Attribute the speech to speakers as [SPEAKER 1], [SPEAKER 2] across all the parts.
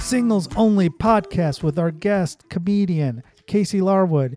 [SPEAKER 1] singles only podcast with our guest, comedian Casey Larwood.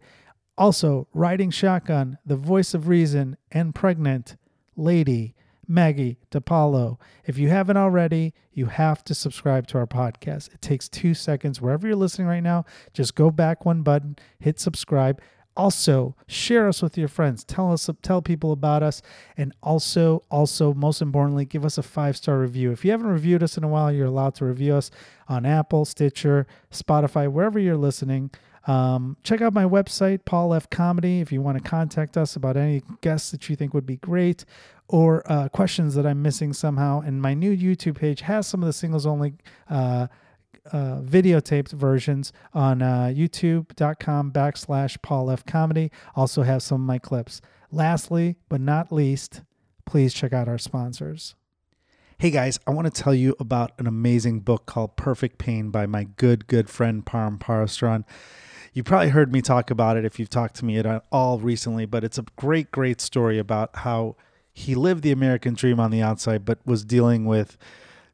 [SPEAKER 1] Also, Riding Shotgun, The Voice of Reason, and Pregnant Lady Maggie DiPaolo. If you haven't already, you have to subscribe to our podcast. It takes two seconds. Wherever you're listening right now, just go back one button, hit subscribe. Also, share us with your friends. Tell us, tell people about us, and also, also, most importantly, give us a five star review. If you haven't reviewed us in a while, you're allowed to review us on Apple, Stitcher, Spotify, wherever you're listening. Um, check out my website, Paul F. Comedy, if you want to contact us about any guests that you think would be great or uh, questions that I'm missing somehow. And my new YouTube page has some of the singles only uh, uh, videotaped versions on uh, youtube.com backslash Paul F. Comedy. Also have some of my clips. Lastly, but not least, please check out our sponsors. Hey guys, I want to tell you about an amazing book called Perfect Pain by my good, good friend Param Parastron. You probably heard me talk about it if you've talked to me at all recently, but it's a great, great story about how he lived the American dream on the outside, but was dealing with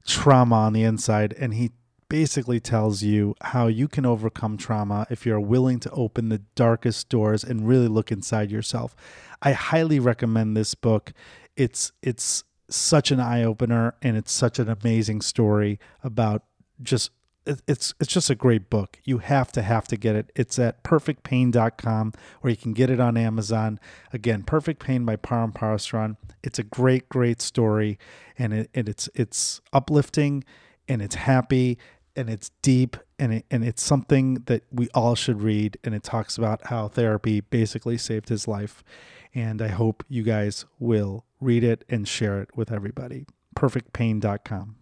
[SPEAKER 1] trauma on the inside. And he basically tells you how you can overcome trauma if you're willing to open the darkest doors and really look inside yourself. I highly recommend this book. It's it's such an eye opener and it's such an amazing story about just it- it's it's just a great book. You have to have to get it. It's at perfectpain.com or you can get it on Amazon. Again, Perfect Pain by Param Parasran. It's a great great story and it and it's it's uplifting and it's happy and it's deep and it, and it's something that we all should read and it talks about how therapy basically saved his life and I hope you guys will read it and share it with everybody. perfectpain.com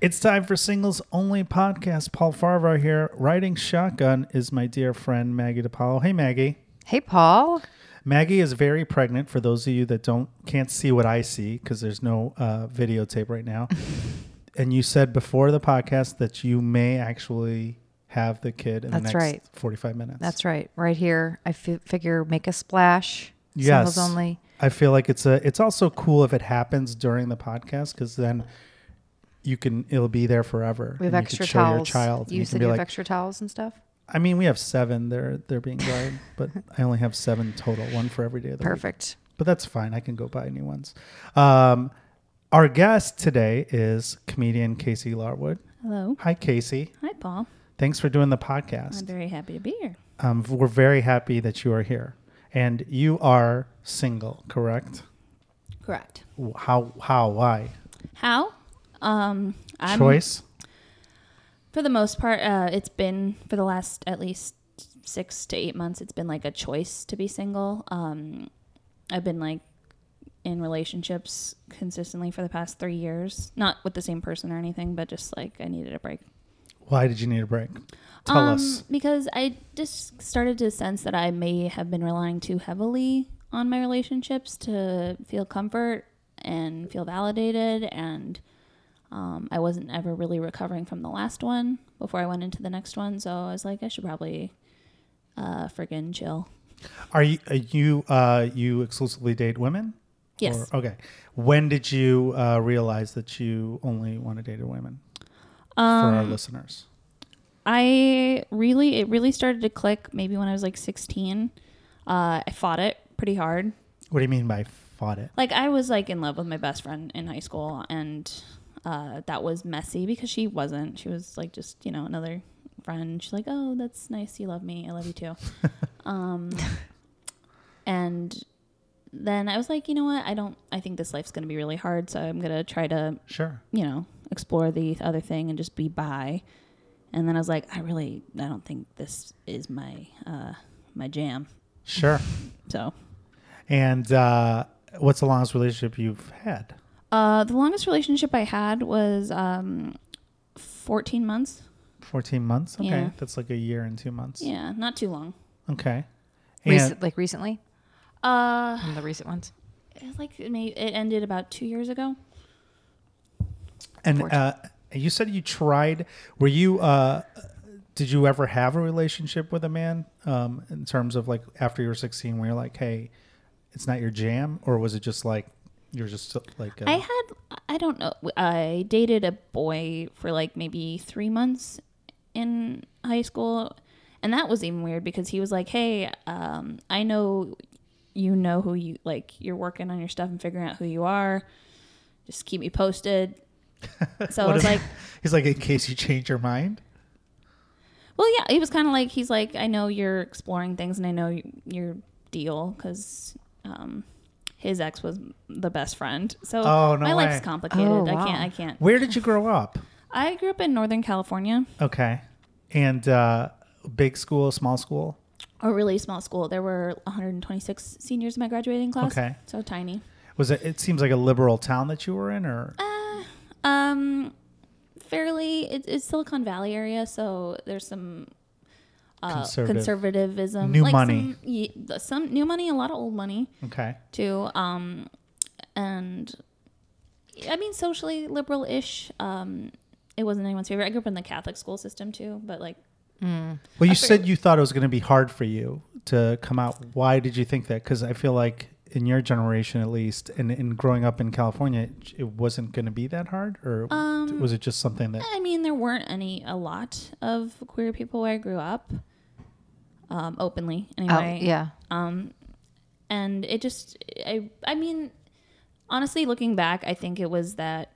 [SPEAKER 1] it's time for Singles Only Podcast. Paul Farvar here. Riding Shotgun is my dear friend Maggie DiPaolo. Hey Maggie.
[SPEAKER 2] Hey, Paul.
[SPEAKER 1] Maggie is very pregnant. For those of you that don't can't see what I see because there's no uh, videotape right now. and you said before the podcast that you may actually have the kid in the next
[SPEAKER 2] That's right.
[SPEAKER 1] 45 minutes.
[SPEAKER 2] That's right. Right here. I fi- figure make a splash.
[SPEAKER 1] Yes.
[SPEAKER 2] Singles only.
[SPEAKER 1] I feel like it's a. It's also cool if it happens during the podcast because then you can. It'll be there forever.
[SPEAKER 2] We have
[SPEAKER 1] and
[SPEAKER 2] extra
[SPEAKER 1] you can show
[SPEAKER 2] towels.
[SPEAKER 1] Your child.
[SPEAKER 2] You
[SPEAKER 1] and
[SPEAKER 2] said
[SPEAKER 1] can be
[SPEAKER 2] you
[SPEAKER 1] like,
[SPEAKER 2] have extra towels and stuff?
[SPEAKER 1] I mean, we have seven. They're they're being dried, but I only have seven total. One for every day of the week.
[SPEAKER 2] Perfect.
[SPEAKER 1] But that's fine. I can go buy new ones. Um, our guest today is comedian Casey Larwood.
[SPEAKER 3] Hello.
[SPEAKER 1] Hi, Casey.
[SPEAKER 3] Hi, Paul.
[SPEAKER 1] Thanks for doing the
[SPEAKER 3] I'm
[SPEAKER 1] podcast.
[SPEAKER 3] very happy to be here.
[SPEAKER 1] Um, we're very happy that you are here, and you are single, correct?
[SPEAKER 3] Correct.
[SPEAKER 1] How? How? Why?
[SPEAKER 3] How? Um, I'm,
[SPEAKER 1] Choice.
[SPEAKER 3] For the most part, uh, it's been for the last at least six to eight months, it's been like a choice to be single. Um, I've been like in relationships consistently for the past three years, not with the same person or anything, but just like I needed a break.
[SPEAKER 1] Why did you need a break? Tell us.
[SPEAKER 3] Um, Because I just started to sense that I may have been relying too heavily on my relationships to feel comfort and feel validated. And um, I wasn't ever really recovering from the last one before I went into the next one. So I was like, I should probably uh, friggin' chill.
[SPEAKER 1] Are you are you uh, you exclusively date women?
[SPEAKER 3] Yes.
[SPEAKER 1] Or, okay. When did you uh, realize that you only want to date women? for
[SPEAKER 3] Um,
[SPEAKER 1] our listeners,
[SPEAKER 3] I really, it really started to click maybe when I was like 16. Uh, I fought it pretty hard.
[SPEAKER 1] what do you mean by fought it?
[SPEAKER 3] like I was like in love with my best friend in high school, and uh, that was messy because she wasn't. She was like just you know another friend. She's like, oh, that's nice. You love me. I love you too. um, and then I was like, you know what? I don't. I think this life's gonna be really hard, so I'm gonna try to
[SPEAKER 1] Sure.
[SPEAKER 3] you know explore the other thing and just be bi. And then I was like, I really, I don't think this is my uh, my jam.
[SPEAKER 1] Sure.
[SPEAKER 3] So
[SPEAKER 1] And uh, what's the longest relationship you've had?
[SPEAKER 3] Uh, the longest relationship I had was um, 14 months.
[SPEAKER 1] Fourteen months. Okay,
[SPEAKER 3] Yeah.
[SPEAKER 1] that's like a year and two months.
[SPEAKER 3] Yeah, not too long.
[SPEAKER 1] Okay. And
[SPEAKER 2] Recent, like recently?
[SPEAKER 3] Uh,
[SPEAKER 2] One of the recent ones?
[SPEAKER 3] it's like it, may, it ended about two years ago.
[SPEAKER 1] and
[SPEAKER 2] Fourteen.
[SPEAKER 1] uh, you said you tried. Were you? Uh, did you ever have a relationship with a man um, in terms of like after you were sixteen, where you're like, hey, it's not your jam, or was it just like you're just like a,
[SPEAKER 3] I had I don't know. I dated a boy for like maybe three months in high school, and that was even weird because he was like, "Hey, um, I know you know who you like. You're working on your stuff and figuring out who you are. Just keep me posted." So I
[SPEAKER 1] What
[SPEAKER 3] was
[SPEAKER 1] if-
[SPEAKER 3] like,
[SPEAKER 1] He's like, in case you change your mind.
[SPEAKER 3] Well, yeah, he was kind of like he's like I know you're exploring things and I know y- your deal because um, his ex was the best friend. So
[SPEAKER 1] Oh, no
[SPEAKER 3] my
[SPEAKER 1] way.
[SPEAKER 3] life's complicated.
[SPEAKER 2] Oh,
[SPEAKER 3] I
[SPEAKER 2] wow.
[SPEAKER 3] can't. I can't.
[SPEAKER 1] Where did you grow up?
[SPEAKER 3] I grew up in Northern California,
[SPEAKER 1] Okay. And uh, big school, small school?
[SPEAKER 3] a really small school. There were 126 seniors in my graduating class.
[SPEAKER 1] Okay.
[SPEAKER 3] so tiny.
[SPEAKER 1] Was it, it seems like a liberal town that you were in or?
[SPEAKER 3] Um, fairly. It, it's Silicon Valley area, so there's some uh,
[SPEAKER 1] Conservative.
[SPEAKER 3] conservatism,
[SPEAKER 1] New money.
[SPEAKER 3] Some, ye- some new money, a lot of old money.
[SPEAKER 1] Okay.
[SPEAKER 3] too. Um, and I mean, socially liberal ish. Um, it wasn't anyone's favorite. I grew up in the Catholic school system too, but like,
[SPEAKER 1] Well, you said you thought it was going to be hard for you to come out. Why did you think that? Because I feel like in your generation, at least, and in growing up in California, it wasn't going to be that hard, or was it just something that?
[SPEAKER 3] I mean, there weren't any, a lot of queer people where I grew up, um, openly
[SPEAKER 2] Oh,
[SPEAKER 3] anyway.
[SPEAKER 2] yeah.
[SPEAKER 3] And it just, I, I mean, honestly, looking back, I think it was that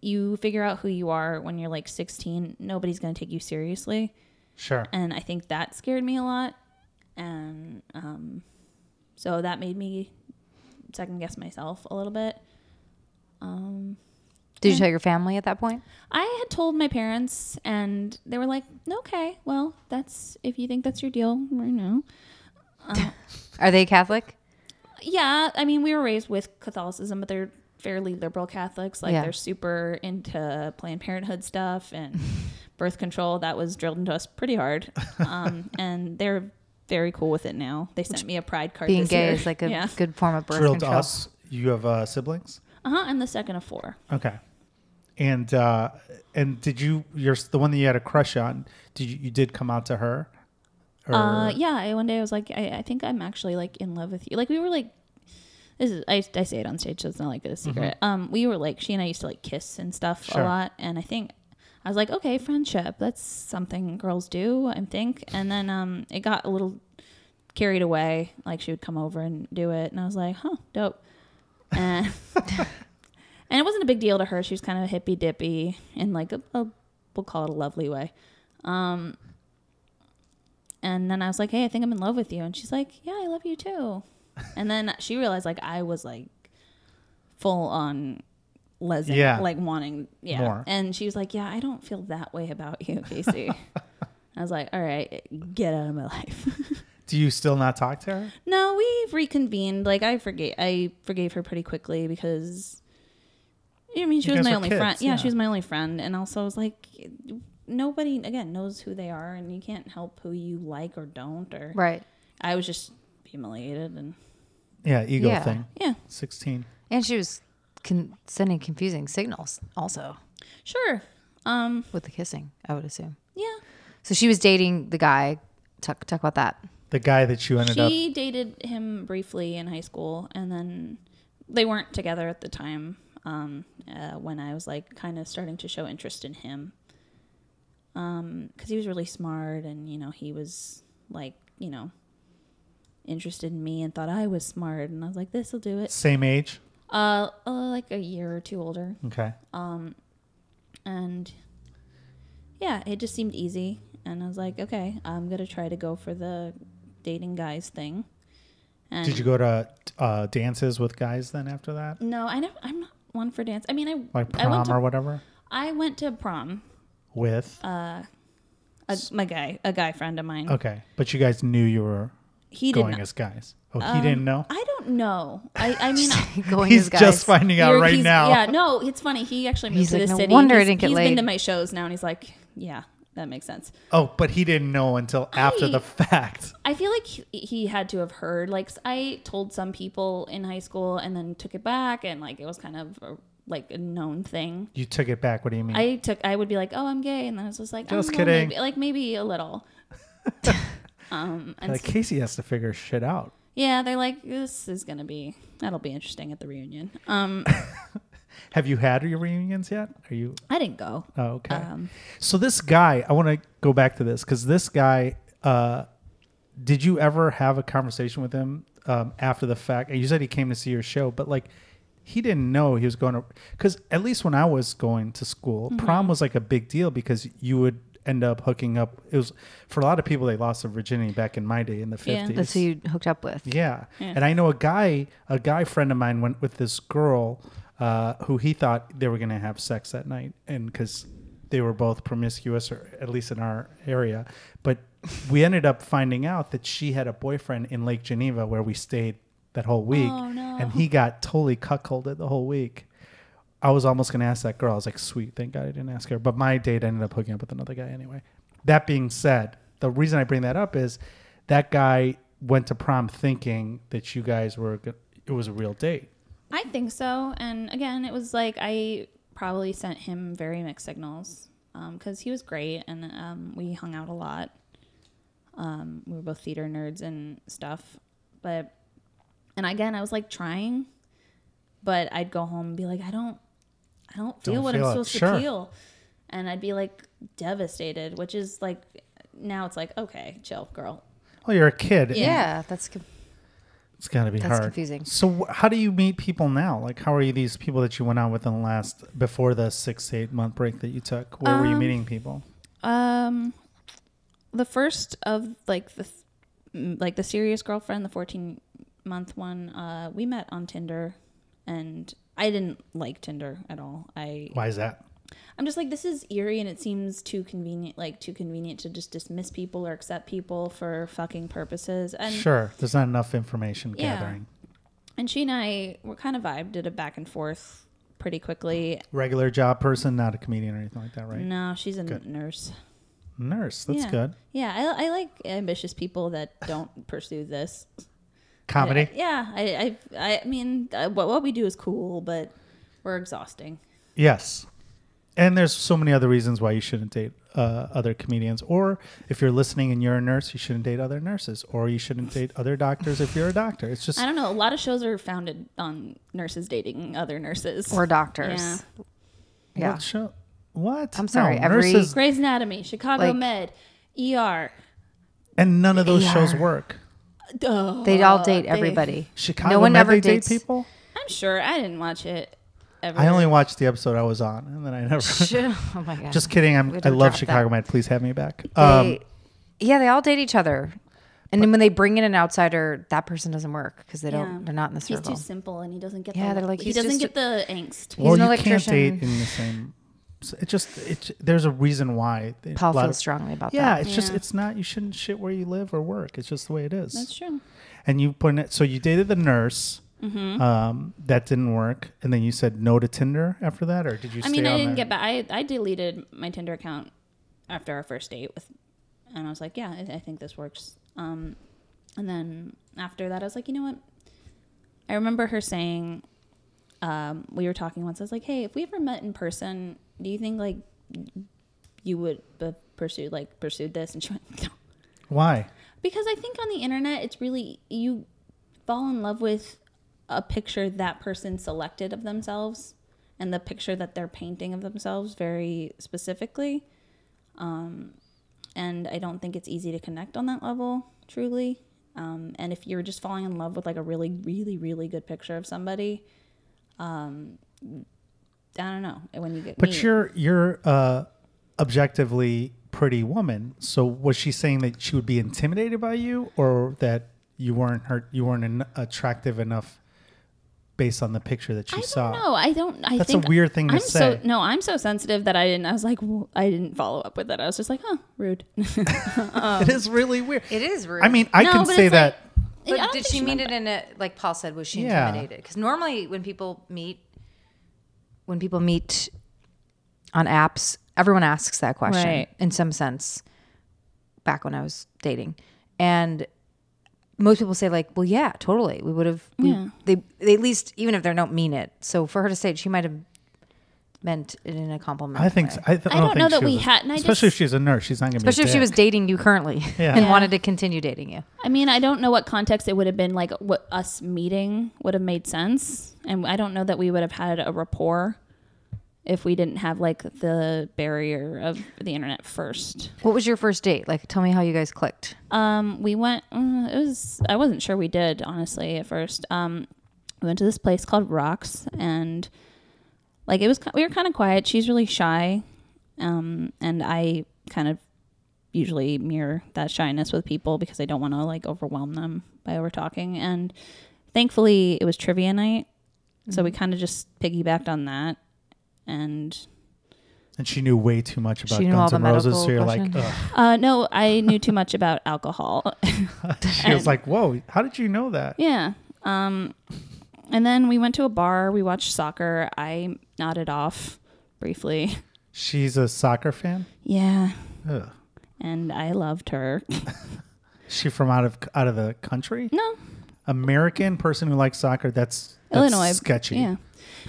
[SPEAKER 3] you figure out who you are when you're like 16. Nobody's going to take you seriously.
[SPEAKER 1] Sure.
[SPEAKER 3] and I think that scared me a lot, and um, so that made me second guess myself a little bit.
[SPEAKER 2] Did you tell your family at that point?
[SPEAKER 3] I had told my parents, and they were like, "Okay, well, that's if you think that's your deal, you know."
[SPEAKER 2] Are they Catholic?
[SPEAKER 3] Yeah, I mean, we were raised with Catholicism, but they're fairly liberal Catholics. Like
[SPEAKER 2] Yeah.
[SPEAKER 3] they're super into Planned Parenthood stuff and birth control. That was drilled into us pretty hard, um, and they're very cool with it now. They sent me a pride card.
[SPEAKER 2] Being
[SPEAKER 3] this
[SPEAKER 2] gay
[SPEAKER 3] year.
[SPEAKER 2] is like a
[SPEAKER 3] yeah.
[SPEAKER 2] good form of birth
[SPEAKER 1] Drilled
[SPEAKER 2] control.
[SPEAKER 1] us. You have uh, siblings.
[SPEAKER 3] Uh huh. I'm the second of four.
[SPEAKER 1] Okay. And uh, and did you? You're the one that you had a crush on. Did you? You did come out to her. Or,
[SPEAKER 3] Uh, yeah. I, one day I was like, I, I think I'm actually like in love with you. Like we were like, this is I, I say it on stage, so it's not like a secret. Um, we were like she and I used to like kiss and stuff
[SPEAKER 1] Mm-hmm. Sure.
[SPEAKER 3] a lot, and I think I was like, okay, friendship. That's something girls do, I think. And then um, it got a little carried away. Like she would come over and do it, and I was like, huh, dope. And, and it wasn't a big deal to her. She was kind of hippy dippy in like a, a we'll call it a lovely way. Um, and then I was like, hey, I think I'm in love with you, and she's like, yeah, I love you too. And then she realized like I was like full on lesbian,
[SPEAKER 1] Yeah.
[SPEAKER 3] like wanting yeah.
[SPEAKER 1] More.
[SPEAKER 3] And she was like, yeah, I don't feel that way about you, Casey. I was like, all right, get out of my life.
[SPEAKER 1] Do you still not talk to her?
[SPEAKER 3] No, we've reconvened. Like I forgave, I forgave her pretty quickly because, I mean, she
[SPEAKER 1] You
[SPEAKER 3] was
[SPEAKER 1] guys
[SPEAKER 3] my
[SPEAKER 1] were
[SPEAKER 3] only
[SPEAKER 1] kids,
[SPEAKER 3] friend. Yeah,
[SPEAKER 1] yeah.
[SPEAKER 3] she was my only friend, and also I was like, nobody again knows who they are, and you can't help who you like or don't. Or
[SPEAKER 2] Right.
[SPEAKER 3] I was just humiliated, and
[SPEAKER 1] Yeah, ego
[SPEAKER 2] Yeah.
[SPEAKER 1] thing.
[SPEAKER 3] yeah,
[SPEAKER 1] Sixteen.
[SPEAKER 2] And she was con- sending confusing signals also
[SPEAKER 3] sure, um,
[SPEAKER 2] with the kissing, I would assume.
[SPEAKER 3] yeah.
[SPEAKER 2] So she was dating the guy. Talk, talk about that.
[SPEAKER 1] The guy that you ended up.
[SPEAKER 3] She dated him briefly in high school, and then they weren't together at the time. Um, uh, when I was like kind of starting to show interest in him, because he was really smart, and you know he was like you know interested in me and thought I was smart, and I was like, this will do it.
[SPEAKER 1] Same age.
[SPEAKER 3] Uh, uh, like a year or two older,
[SPEAKER 1] Okay.
[SPEAKER 3] and yeah, it just seemed easy. And I was like, okay, I'm gonna try to go for the dating guys thing. And
[SPEAKER 1] Did you go to uh, dances with guys then after that,
[SPEAKER 3] No, I never. I'm not one for dance. I mean, I
[SPEAKER 1] like
[SPEAKER 3] I
[SPEAKER 1] prom
[SPEAKER 3] went to
[SPEAKER 1] or whatever?
[SPEAKER 3] I went to prom.
[SPEAKER 1] With
[SPEAKER 3] Um, A, my guy, a guy friend of mine.
[SPEAKER 1] okay, but you guys knew you were
[SPEAKER 3] he did
[SPEAKER 1] going
[SPEAKER 3] not.
[SPEAKER 1] as guys. Oh, he didn't know.
[SPEAKER 3] I don't know. I I mean.
[SPEAKER 2] Going
[SPEAKER 1] He's
[SPEAKER 2] as guys.
[SPEAKER 1] just finding out
[SPEAKER 3] you're-
[SPEAKER 1] right
[SPEAKER 3] he's-
[SPEAKER 1] now.
[SPEAKER 3] Yeah, no, it's funny. He actually moved
[SPEAKER 2] He's
[SPEAKER 3] to
[SPEAKER 2] like,
[SPEAKER 3] the
[SPEAKER 2] "No
[SPEAKER 3] city.
[SPEAKER 2] wonder I
[SPEAKER 3] he's,
[SPEAKER 2] didn't get
[SPEAKER 3] he's
[SPEAKER 2] laid."
[SPEAKER 3] been to my shows now, and he's like, yeah, that makes sense.
[SPEAKER 1] Oh, but he didn't know until after
[SPEAKER 3] I-
[SPEAKER 1] the fact.
[SPEAKER 3] I feel like he, he had to have heard. Like I told some people in high school, and then took it back, and like it was kind of a, like a known thing.
[SPEAKER 1] You took it back. What do you mean?
[SPEAKER 3] I took. I would be like, "Oh, I'm gay," and then I was just like, I don't
[SPEAKER 1] Hmm. Just
[SPEAKER 3] know,
[SPEAKER 1] kidding.
[SPEAKER 3] maybe- like maybe a little. um, and
[SPEAKER 1] like Casey has to figure shit out.
[SPEAKER 3] Yeah, they're like, this is gonna be that'll be interesting at the reunion. Um,
[SPEAKER 1] Have you had your reunions yet? Are you?
[SPEAKER 3] I didn't go.
[SPEAKER 1] Oh, okay.
[SPEAKER 3] Um,
[SPEAKER 1] So this guy, I want to go back to this because this guy, uh, did you ever have a conversation with him um, after the fact? You said he came to see your show, but like he didn't know he was going to. Because at least when I was going to school,
[SPEAKER 3] Mm-hmm.
[SPEAKER 1] prom was like a big deal because you would end up hooking up. It was for a lot of people they lost their virginity back in my day in the
[SPEAKER 3] Yeah.
[SPEAKER 1] fifties.
[SPEAKER 2] That's who you hooked up with.
[SPEAKER 1] Yeah. And I know a guy, a guy friend of mine went with this girl uh, who he thought they were going to have sex that night. And because they were both promiscuous, or at least in our area. But we ended up finding out that she had a boyfriend in Lake Geneva where we stayed that whole week.
[SPEAKER 3] Oh, no.
[SPEAKER 1] And he got totally cuckolded the whole week. I was almost going to ask that girl. I was like, sweet, thank God I didn't ask her. But my date ended up hooking up with another guy anyway. That being said, the reason I bring that up is that guy went to prom thinking that you guys were, go- it was a real date.
[SPEAKER 3] I think so. And again, it was like I probably sent him very mixed signals because he was great and um, we hung out a lot. Um, we were both theater nerds and stuff. But, and again, I was like trying, but I'd go home and be like, I don't, I don't feel
[SPEAKER 1] Don't
[SPEAKER 3] what
[SPEAKER 1] feel it.
[SPEAKER 3] I'm supposed
[SPEAKER 1] Sure.
[SPEAKER 3] to feel. And I'd be like devastated, which is like, now it's like, okay, chill, girl.
[SPEAKER 1] Oh, you're a kid.
[SPEAKER 2] Yeah, that's com-
[SPEAKER 1] It's got to be
[SPEAKER 2] That's
[SPEAKER 1] hard.
[SPEAKER 2] confusing.
[SPEAKER 1] So, wh- how do you meet people now? Like, how are you these people that you went out with in the last, before the six to eight month break that you took? Where were you meeting people?
[SPEAKER 3] Um, the first of like the th- m- like the serious girlfriend, the fourteen month one. Uh, we met on Tinder, and I didn't like Tinder at all. I
[SPEAKER 1] Why is that?
[SPEAKER 3] I'm just like this is eerie, and it seems too convenient, like too convenient to just dismiss people or accept people for fucking purposes. And
[SPEAKER 1] Sure. There's not enough information
[SPEAKER 3] Yeah.
[SPEAKER 1] gathering.
[SPEAKER 3] and she and I were kind of vibed, did a back and forth pretty quickly.
[SPEAKER 1] Regular job person, not a comedian or anything like that, right?
[SPEAKER 3] No, she's a
[SPEAKER 1] Good.
[SPEAKER 3] nurse.
[SPEAKER 1] Nurse. That's
[SPEAKER 3] Mm. yeah.
[SPEAKER 1] good.
[SPEAKER 3] Yeah, I, I like ambitious people that don't pursue this.
[SPEAKER 1] Comedy.
[SPEAKER 3] Yeah, I, I, I mean, uh, what what we do is cool, but we're exhausting.
[SPEAKER 1] Yes. And there's so many other reasons why you shouldn't date uh, other comedians. Or if you're listening and you're a nurse, you shouldn't date other nurses. Or you shouldn't date other doctors if you're a doctor. It's just
[SPEAKER 3] I don't know. A lot of shows are founded on nurses dating other nurses.
[SPEAKER 2] or doctors. Yeah.
[SPEAKER 1] What? show- what?
[SPEAKER 2] I'm sorry,
[SPEAKER 1] No,
[SPEAKER 2] every-
[SPEAKER 1] nurses
[SPEAKER 3] Grey's Anatomy, Chicago
[SPEAKER 2] Like-
[SPEAKER 3] Med, ER.
[SPEAKER 1] and none of those
[SPEAKER 2] Yeah.
[SPEAKER 1] shows work.
[SPEAKER 3] Duh.
[SPEAKER 2] They all date
[SPEAKER 3] They-
[SPEAKER 2] everybody.
[SPEAKER 1] Chicago
[SPEAKER 2] no one
[SPEAKER 1] Med,
[SPEAKER 2] ever
[SPEAKER 1] they
[SPEAKER 2] dates.
[SPEAKER 1] date people.
[SPEAKER 3] I'm sure. I didn't watch it. Ever.
[SPEAKER 1] I only watched the episode I was on, and then I never.
[SPEAKER 2] oh my god.
[SPEAKER 1] just kidding. I'm,
[SPEAKER 2] We
[SPEAKER 1] I
[SPEAKER 2] don't drop
[SPEAKER 1] love
[SPEAKER 2] that.
[SPEAKER 1] Chicago Med. Please have me back. Um,
[SPEAKER 2] They- yeah, they all date each other. And then when they bring in an outsider, that person doesn't work because they don't.
[SPEAKER 3] Yeah.
[SPEAKER 2] They're not in the
[SPEAKER 3] He's
[SPEAKER 2] circle.
[SPEAKER 3] too simple, and he doesn't get.
[SPEAKER 2] Yeah,
[SPEAKER 3] the,
[SPEAKER 2] they're like,
[SPEAKER 3] he
[SPEAKER 2] he's
[SPEAKER 3] doesn't
[SPEAKER 2] just
[SPEAKER 3] get the angst.
[SPEAKER 2] He's
[SPEAKER 1] well,
[SPEAKER 2] an
[SPEAKER 1] you can't date
[SPEAKER 2] electrician.
[SPEAKER 1] in the same. so It just it there's a reason why. they-
[SPEAKER 2] Paul
[SPEAKER 1] a lot
[SPEAKER 2] feels
[SPEAKER 1] of-
[SPEAKER 2] strongly about
[SPEAKER 1] Yeah,
[SPEAKER 2] that.
[SPEAKER 1] it's just
[SPEAKER 3] Yeah.
[SPEAKER 1] it's not. You shouldn't shit where you live or work. It's just the way it is.
[SPEAKER 3] That's true.
[SPEAKER 1] and you put it. So you dated the nurse.
[SPEAKER 3] Mm-hmm.
[SPEAKER 1] Um, that didn't work, and then you said no to Tinder after that, or did you?
[SPEAKER 3] I
[SPEAKER 1] stay
[SPEAKER 3] mean, I
[SPEAKER 1] on
[SPEAKER 3] didn't
[SPEAKER 1] there?
[SPEAKER 3] get back. I, I deleted my Tinder account after our first date with, and I was like, yeah, I, I think this works. Um, and then after that, I was like, you know what? I remember her saying, um, we were talking once. I was like, hey, if we ever met in person, do you think like you would uh, pursue like pursued this? And she went, no,
[SPEAKER 1] Why?
[SPEAKER 3] because I think on the internet, it's really you fall in love with a picture that person selected of themselves and the picture that they're painting of themselves very specifically. Um, and I don't think it's easy to connect on that level, truly. Um, and if you're just falling in love with like a really, really, really good picture of somebody, um, I don't know when you get.
[SPEAKER 1] But
[SPEAKER 3] meet.
[SPEAKER 1] you're you're uh, objectively pretty woman. So was she saying that she would be intimidated by you, or that you weren't her you weren't en- attractive enough based on the picture that she
[SPEAKER 3] I
[SPEAKER 1] saw?
[SPEAKER 3] don't know. I don't. I
[SPEAKER 1] That's a
[SPEAKER 3] think
[SPEAKER 1] weird thing to
[SPEAKER 3] I'm
[SPEAKER 1] say.
[SPEAKER 3] So, no, I'm so sensitive that I didn't. I was like, w I didn't follow up with it. I was just like, huh, rude.
[SPEAKER 1] it is really weird.
[SPEAKER 2] it is rude.
[SPEAKER 1] I mean, I
[SPEAKER 3] No,
[SPEAKER 1] can
[SPEAKER 3] but
[SPEAKER 1] say
[SPEAKER 3] it's
[SPEAKER 1] that.
[SPEAKER 3] like- I
[SPEAKER 2] But
[SPEAKER 3] don't
[SPEAKER 2] did
[SPEAKER 3] think
[SPEAKER 2] she mean
[SPEAKER 3] meant
[SPEAKER 2] it in a like Paul said? Was she
[SPEAKER 1] Yeah.
[SPEAKER 2] intimidated? Because normally when people meet, when people meet on apps, everyone asks that question
[SPEAKER 3] Right.
[SPEAKER 2] in some sense. Back when I was dating, and most people say like, "Well, yeah, totally. We would have. we-
[SPEAKER 3] Yeah.
[SPEAKER 2] They, they at least even if they don't mean it. So for her to say it, she might have meant it in a compliment.
[SPEAKER 1] I think
[SPEAKER 2] way.
[SPEAKER 1] so. I, th-
[SPEAKER 3] I don't
[SPEAKER 1] think
[SPEAKER 3] know that
[SPEAKER 1] she
[SPEAKER 3] we
[SPEAKER 1] was a-
[SPEAKER 3] had- and I
[SPEAKER 1] especially if
[SPEAKER 3] just-
[SPEAKER 1] she's a nurse, she's not gonna.
[SPEAKER 2] Especially
[SPEAKER 1] be a
[SPEAKER 2] if she was
[SPEAKER 1] dick.
[SPEAKER 2] dating you currently
[SPEAKER 1] Yeah.
[SPEAKER 2] and
[SPEAKER 1] Yeah.
[SPEAKER 2] wanted to continue dating you.
[SPEAKER 3] I mean, I don't know what context it would have been like. What us meeting would have made sense, and I don't know that we would have had a rapport if we didn't have like the barrier of the internet first.
[SPEAKER 2] What was your first date? Like, tell me how you guys clicked.
[SPEAKER 3] Um, we went. mm, It was. I wasn't sure we did honestly at first. Um, we went to this place called Rocks, and like it was. ki- We were kind of quiet. She's really shy, um, and I kind of usually mirror that shyness with people because I don't want to like overwhelm them by over talking. And thankfully, it was trivia night, so we kind of just piggybacked on that, and
[SPEAKER 1] and she knew way too much about
[SPEAKER 2] knew all
[SPEAKER 1] Guns
[SPEAKER 2] the
[SPEAKER 1] N' Roses,
[SPEAKER 2] medical
[SPEAKER 1] so you're
[SPEAKER 2] question.
[SPEAKER 1] like, Ugh.
[SPEAKER 3] Uh, no, I knew too much about alcohol.
[SPEAKER 1] she was like, "Whoa, how did you know that?"
[SPEAKER 3] yeah. Um, and then we went to a bar. We watched soccer. I nodded off briefly.
[SPEAKER 1] She's a soccer fan.
[SPEAKER 3] Yeah.
[SPEAKER 1] Ugh.
[SPEAKER 3] And I loved her.
[SPEAKER 1] She from out of out of the country.
[SPEAKER 3] No,
[SPEAKER 1] American person who likes soccer. That's, that's
[SPEAKER 3] Illinois.
[SPEAKER 1] Sketchy.
[SPEAKER 3] Yeah.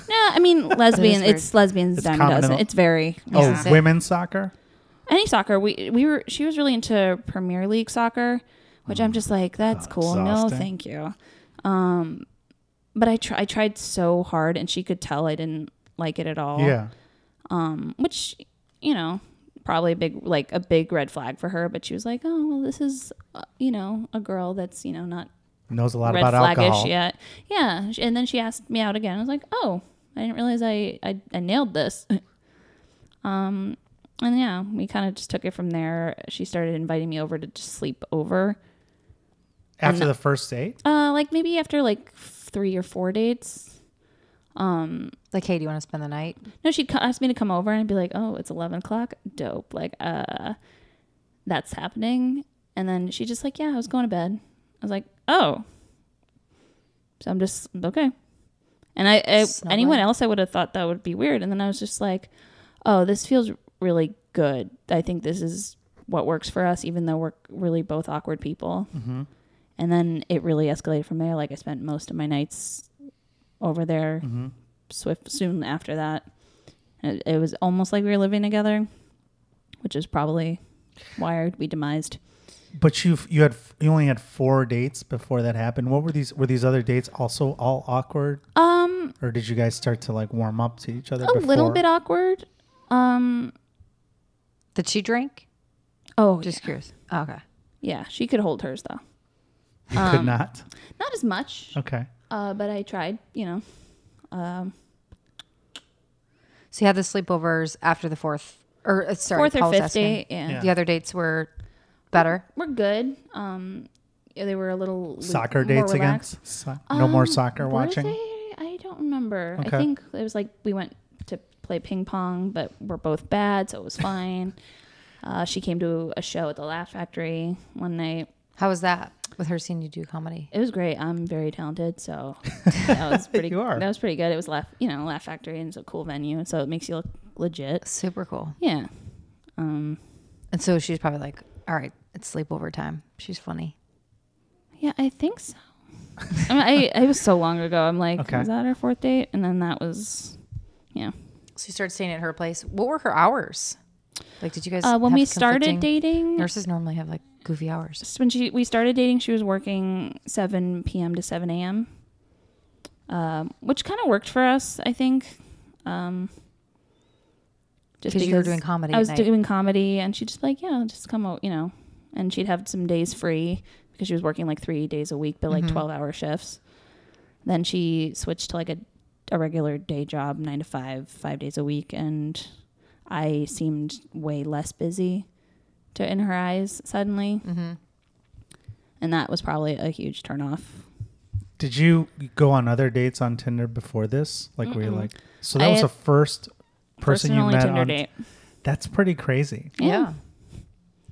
[SPEAKER 3] No, I mean lesbian.
[SPEAKER 2] weird.
[SPEAKER 3] it's lesbians
[SPEAKER 1] It's
[SPEAKER 3] dime a
[SPEAKER 1] common
[SPEAKER 3] dozen.
[SPEAKER 1] in-
[SPEAKER 3] It's very
[SPEAKER 1] Oh,
[SPEAKER 2] Yeah.
[SPEAKER 1] women's soccer.
[SPEAKER 3] any soccer. We we were she was really into Premier League soccer, which I'm just like that's
[SPEAKER 1] Oh,
[SPEAKER 3] cool. No,
[SPEAKER 1] exhausting.
[SPEAKER 3] thank you. Um, but I try, I tried so hard, and she could tell I didn't like it at all.
[SPEAKER 1] Yeah.
[SPEAKER 3] um, which you know probably a big like a big red flag for her but she was like oh well this is uh, you know a girl that's you know not
[SPEAKER 1] Knows a lot
[SPEAKER 3] red
[SPEAKER 1] about
[SPEAKER 3] flaggish
[SPEAKER 1] alcohol.
[SPEAKER 3] yet yeah and then she asked me out again i was like oh i didn't realize i i, I nailed this um and yeah we kind of just took it from there she started inviting me over to just sleep over
[SPEAKER 1] After the first date,
[SPEAKER 3] uh like maybe after like three or four dates um
[SPEAKER 2] Like, hey, do you want to spend the night?
[SPEAKER 3] No, she'd co- ask me to come over and I'd be like, oh, it's 11 o'clock. Dope. Like, uh, that's happening. And then she just like, yeah, I was going to bed. I was like, oh. So I'm just, okay. And I, I
[SPEAKER 2] Snuggling.
[SPEAKER 3] anyone else, I would have thought that would be weird. And then I was just like, oh, this feels really good. I think this is what works for us, even though we're really both awkward people. And then it really escalated from there. Like, I spent most of my nights over there swift soon after that. It, it was almost like we were living together, which is probably why we demised.
[SPEAKER 1] but you you had you only had four dates before that happened. What were these? Were these other dates also all awkward,
[SPEAKER 3] Um,
[SPEAKER 1] or did you guys start to like warm up to each other?
[SPEAKER 3] a little
[SPEAKER 1] before?
[SPEAKER 3] bit awkward. Um,
[SPEAKER 2] Did she drink?
[SPEAKER 3] oh,
[SPEAKER 2] Just curious. Oh, okay.
[SPEAKER 3] yeah, she could hold hers though.
[SPEAKER 1] You
[SPEAKER 3] Um,
[SPEAKER 1] could not.
[SPEAKER 3] Not as much,
[SPEAKER 1] Okay.
[SPEAKER 3] uh, but I tried. You know, um,
[SPEAKER 2] So you had the sleepovers after the fourth, or uh, sorry,
[SPEAKER 3] fourth
[SPEAKER 2] Paul
[SPEAKER 3] or
[SPEAKER 2] was
[SPEAKER 3] fifth
[SPEAKER 2] asking.
[SPEAKER 3] date. Yeah.
[SPEAKER 1] Yeah.
[SPEAKER 2] The other dates were better.
[SPEAKER 3] we're good. Um, yeah, they were a little loo-
[SPEAKER 1] Soccer
[SPEAKER 3] more
[SPEAKER 1] dates again.
[SPEAKER 3] relaxed.
[SPEAKER 1] So- no more
[SPEAKER 3] Um,
[SPEAKER 1] soccer
[SPEAKER 3] were
[SPEAKER 1] watching.
[SPEAKER 3] they? I don't remember.
[SPEAKER 1] Okay.
[SPEAKER 3] I think it was like we went to play ping pong, but we're both bad, so it was fine. uh, she came to a show at the Laugh Factory one night.
[SPEAKER 2] How was that with her seeing you do comedy?
[SPEAKER 3] It was great. I'm very talented, so that was pretty.
[SPEAKER 1] You are.
[SPEAKER 3] That was pretty good. It was Laugh, you know, Laugh Factory, and it's a cool venue, so it makes you look legit.
[SPEAKER 2] Super cool.
[SPEAKER 3] Yeah. Um.
[SPEAKER 2] And so she's probably like, all right, it's sleepover time. She's funny.
[SPEAKER 3] Yeah, I think so. I, mean, I, I was so long ago. I'm like,
[SPEAKER 1] Okay.
[SPEAKER 3] was that our fourth date? And then that was, yeah.
[SPEAKER 2] So you started staying at her place. What were her hours? Like, did you guys?
[SPEAKER 3] Uh, when
[SPEAKER 2] have
[SPEAKER 3] we started
[SPEAKER 2] conflicting-
[SPEAKER 3] dating,
[SPEAKER 2] nurses normally have like goofy hours.
[SPEAKER 3] just when she we started dating, she was working 7 p.m. to 7 a.m., um, which kind of worked for us, I think. Um, just
[SPEAKER 2] Because you were
[SPEAKER 3] because
[SPEAKER 2] doing comedy.
[SPEAKER 3] I was
[SPEAKER 2] at night.
[SPEAKER 3] doing comedy, and she'd just be like, "Yeah, just come out," you know. And she'd have some days free because she was working like three days a week, but like
[SPEAKER 2] Mhm.
[SPEAKER 3] twelve-hour shifts. Then she switched to like a a regular day job, nine to five, five days a week, and I seemed way less busy to in her eyes suddenly,
[SPEAKER 2] Mhm.
[SPEAKER 3] and that was probably a huge turnoff.
[SPEAKER 1] Did you go on other dates on Tinder before this? Like, were you
[SPEAKER 3] Mm-mm.
[SPEAKER 1] like, so that
[SPEAKER 3] I
[SPEAKER 1] was the
[SPEAKER 3] had-
[SPEAKER 1] first person you
[SPEAKER 3] Personally,
[SPEAKER 1] met
[SPEAKER 3] Tinder
[SPEAKER 1] on?
[SPEAKER 3] date.
[SPEAKER 1] That's pretty crazy.
[SPEAKER 3] Yeah.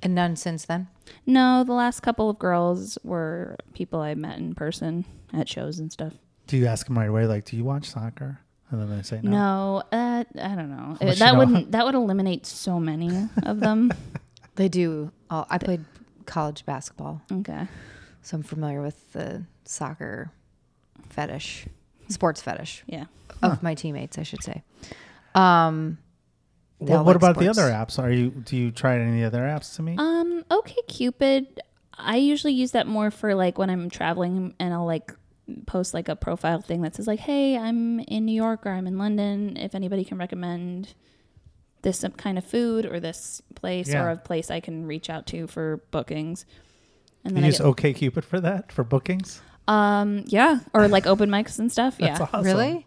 [SPEAKER 2] And none since then.
[SPEAKER 3] No, the last couple of girls were people I met in person at shows and stuff.
[SPEAKER 1] Do you ask them right away, like, do you watch soccer? And then they say no.
[SPEAKER 3] No, uh, I don't know.
[SPEAKER 1] Unless
[SPEAKER 3] that
[SPEAKER 1] you know-
[SPEAKER 3] wouldn't. That would eliminate so many of them.
[SPEAKER 2] They do. Oh, I played college basketball,
[SPEAKER 3] okay.
[SPEAKER 2] so I'm familiar with the soccer fetish, sports fetish
[SPEAKER 3] Yeah.
[SPEAKER 2] of my teammates, I should say. Um, they
[SPEAKER 1] Well,
[SPEAKER 2] all
[SPEAKER 1] what
[SPEAKER 2] like
[SPEAKER 1] about
[SPEAKER 2] sports.
[SPEAKER 1] the other apps? Are you do you try any other apps to me?
[SPEAKER 3] Um, okay, Cupid. I usually use that more for like when I'm traveling and I'll like post like a profile thing that says like, "Hey, I'm in New York or I'm in London. If anybody can recommend this some kind of food or this place
[SPEAKER 1] Yeah.
[SPEAKER 3] or a place I can reach out to for bookings." And
[SPEAKER 1] you
[SPEAKER 3] then I
[SPEAKER 1] use
[SPEAKER 3] get,
[SPEAKER 1] OKCupid for that for bookings.
[SPEAKER 3] um, yeah, or like open mics and stuff.
[SPEAKER 1] That's
[SPEAKER 3] yeah.
[SPEAKER 1] awesome.
[SPEAKER 2] Really?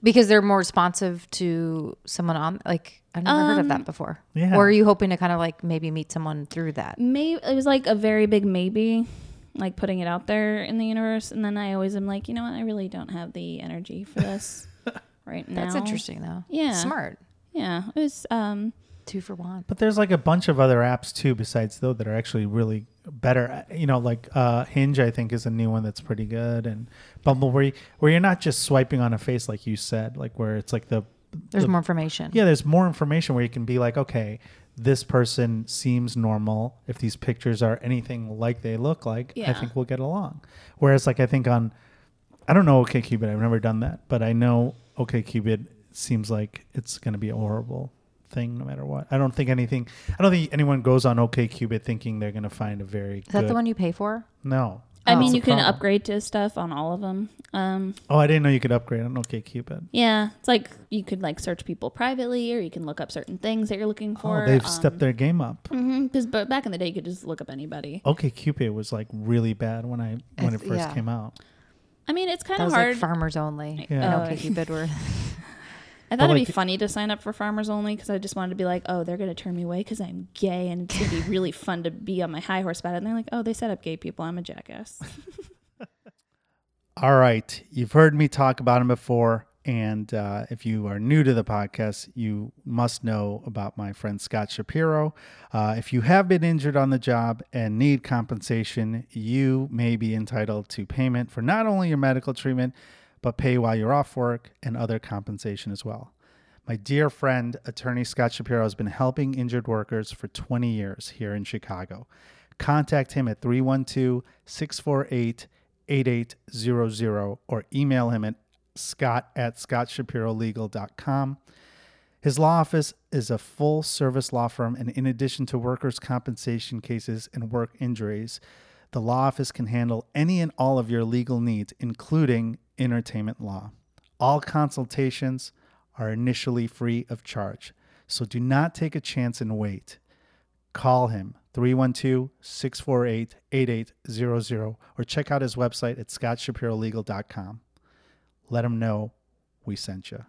[SPEAKER 2] Because they're more responsive to someone on like I've never heard
[SPEAKER 3] Um,
[SPEAKER 2] of that before.
[SPEAKER 1] yeah.
[SPEAKER 2] Or are you hoping to kind of like maybe meet someone through that?
[SPEAKER 3] maybe it was like a very big maybe like putting it out there in the universe and then i always am like you know what i really don't have the energy for this right now
[SPEAKER 2] That's interesting though.
[SPEAKER 3] Yeah.
[SPEAKER 2] Smart.
[SPEAKER 3] yeah it was um
[SPEAKER 2] Two for one.
[SPEAKER 1] But there's like a bunch of other apps too besides those that are actually really better. You know, like uh, Hinge, I think is a new one that's pretty good, and Bumble, where you, where you're not just swiping on a face like you said, like where it's like the
[SPEAKER 2] There's
[SPEAKER 1] the-
[SPEAKER 2] more information.
[SPEAKER 1] Yeah, there's more information where you can be like, okay, this person seems normal. If these pictures are anything like they look like, I
[SPEAKER 3] Yeah.
[SPEAKER 1] think we'll get along. Whereas, like, I think on, I don't know OKCupid. I've never done that, but I know OKCupid seems like it's going to be a horrible thing no matter what. I don't think anything. I don't think anyone goes on OKCupid thinking they're going to find a very.
[SPEAKER 2] Is that
[SPEAKER 1] good-
[SPEAKER 2] the one you pay for?
[SPEAKER 1] No.
[SPEAKER 2] Oh.
[SPEAKER 3] i mean
[SPEAKER 2] That's
[SPEAKER 3] you
[SPEAKER 1] the
[SPEAKER 3] can
[SPEAKER 1] problem.
[SPEAKER 3] upgrade to stuff on all of them um
[SPEAKER 1] Oh, I didn't know you could upgrade on OKCupid.
[SPEAKER 3] yeah it's like you could like search people privately or you can look up certain things that you're looking for um,
[SPEAKER 1] oh, they've stepped their game up.
[SPEAKER 3] because but back in the day you could just look up anybody
[SPEAKER 1] OKCupid was like really bad when I when it
[SPEAKER 2] It's-
[SPEAKER 1] first
[SPEAKER 2] yeah.
[SPEAKER 1] came out.
[SPEAKER 3] i mean it's kind
[SPEAKER 2] That
[SPEAKER 3] of
[SPEAKER 2] was
[SPEAKER 3] hard Oh, uh,
[SPEAKER 2] like farmers only.
[SPEAKER 1] Yeah.
[SPEAKER 2] And OkCupid were
[SPEAKER 3] I thought it'd
[SPEAKER 1] like-
[SPEAKER 3] be funny to sign up for Farmers Only because I just wanted to be like, oh, they're gonna turn me away because I'm gay, and it's gonna be really fun to be on my high horse about it. And they're like, oh, they set up gay people. I'm a jackass.
[SPEAKER 1] All right. You've heard me talk about him before. And uh, if you are new to the podcast, you must know about my friend Scott Shapiro. Uh, if you have been injured on the job and need compensation, you may be entitled to payment for not only your medical treatment, but pay while you're off work and other compensation as well. My dear friend, attorney Scott Shapiro, has been helping injured workers for 20 years here in Chicago. Contact him at 312 648 8800 or email him at scott at scottshapirolegal.com. His law office is a full service law firm, and in addition to workers' compensation cases and work injuries, the law office can handle any and all of your legal needs, including entertainment law. All consultations are initially free of charge, so do not take a chance and wait. Call him 312 648 8800 or check out his website at scottshapirolegal.com. Let him know we sent you.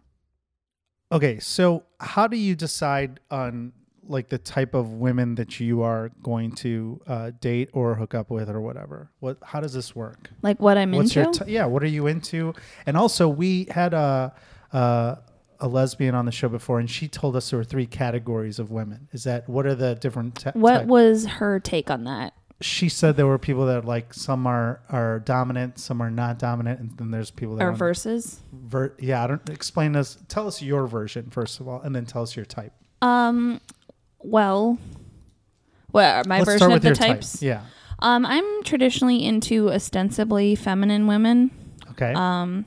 [SPEAKER 1] Okay, so how do you decide on like the type of women that you are going to uh, date or hook up with or whatever? What how does this work?
[SPEAKER 3] like what I'm
[SPEAKER 1] What's
[SPEAKER 3] into.
[SPEAKER 1] your t- yeah? What are you into? And also, we had a, a a lesbian on the show before, and she told us there were three categories of women. Is that what are the different? T-
[SPEAKER 3] what
[SPEAKER 1] type-
[SPEAKER 3] was her take on that?
[SPEAKER 1] she said there were people that like some are are dominant, some are not dominant, and then there's people that
[SPEAKER 3] Or
[SPEAKER 1] want-
[SPEAKER 3] verses?
[SPEAKER 1] ver- yeah. I don't explain us. Tell us your version first of all, and then tell us your type.
[SPEAKER 3] Um, well, well, my
[SPEAKER 1] Let's
[SPEAKER 3] version
[SPEAKER 1] start
[SPEAKER 3] of
[SPEAKER 1] with
[SPEAKER 3] the
[SPEAKER 1] your
[SPEAKER 3] types.
[SPEAKER 1] type. Yeah.
[SPEAKER 3] Um, I'm traditionally into ostensibly feminine women.
[SPEAKER 1] Okay.
[SPEAKER 3] Um,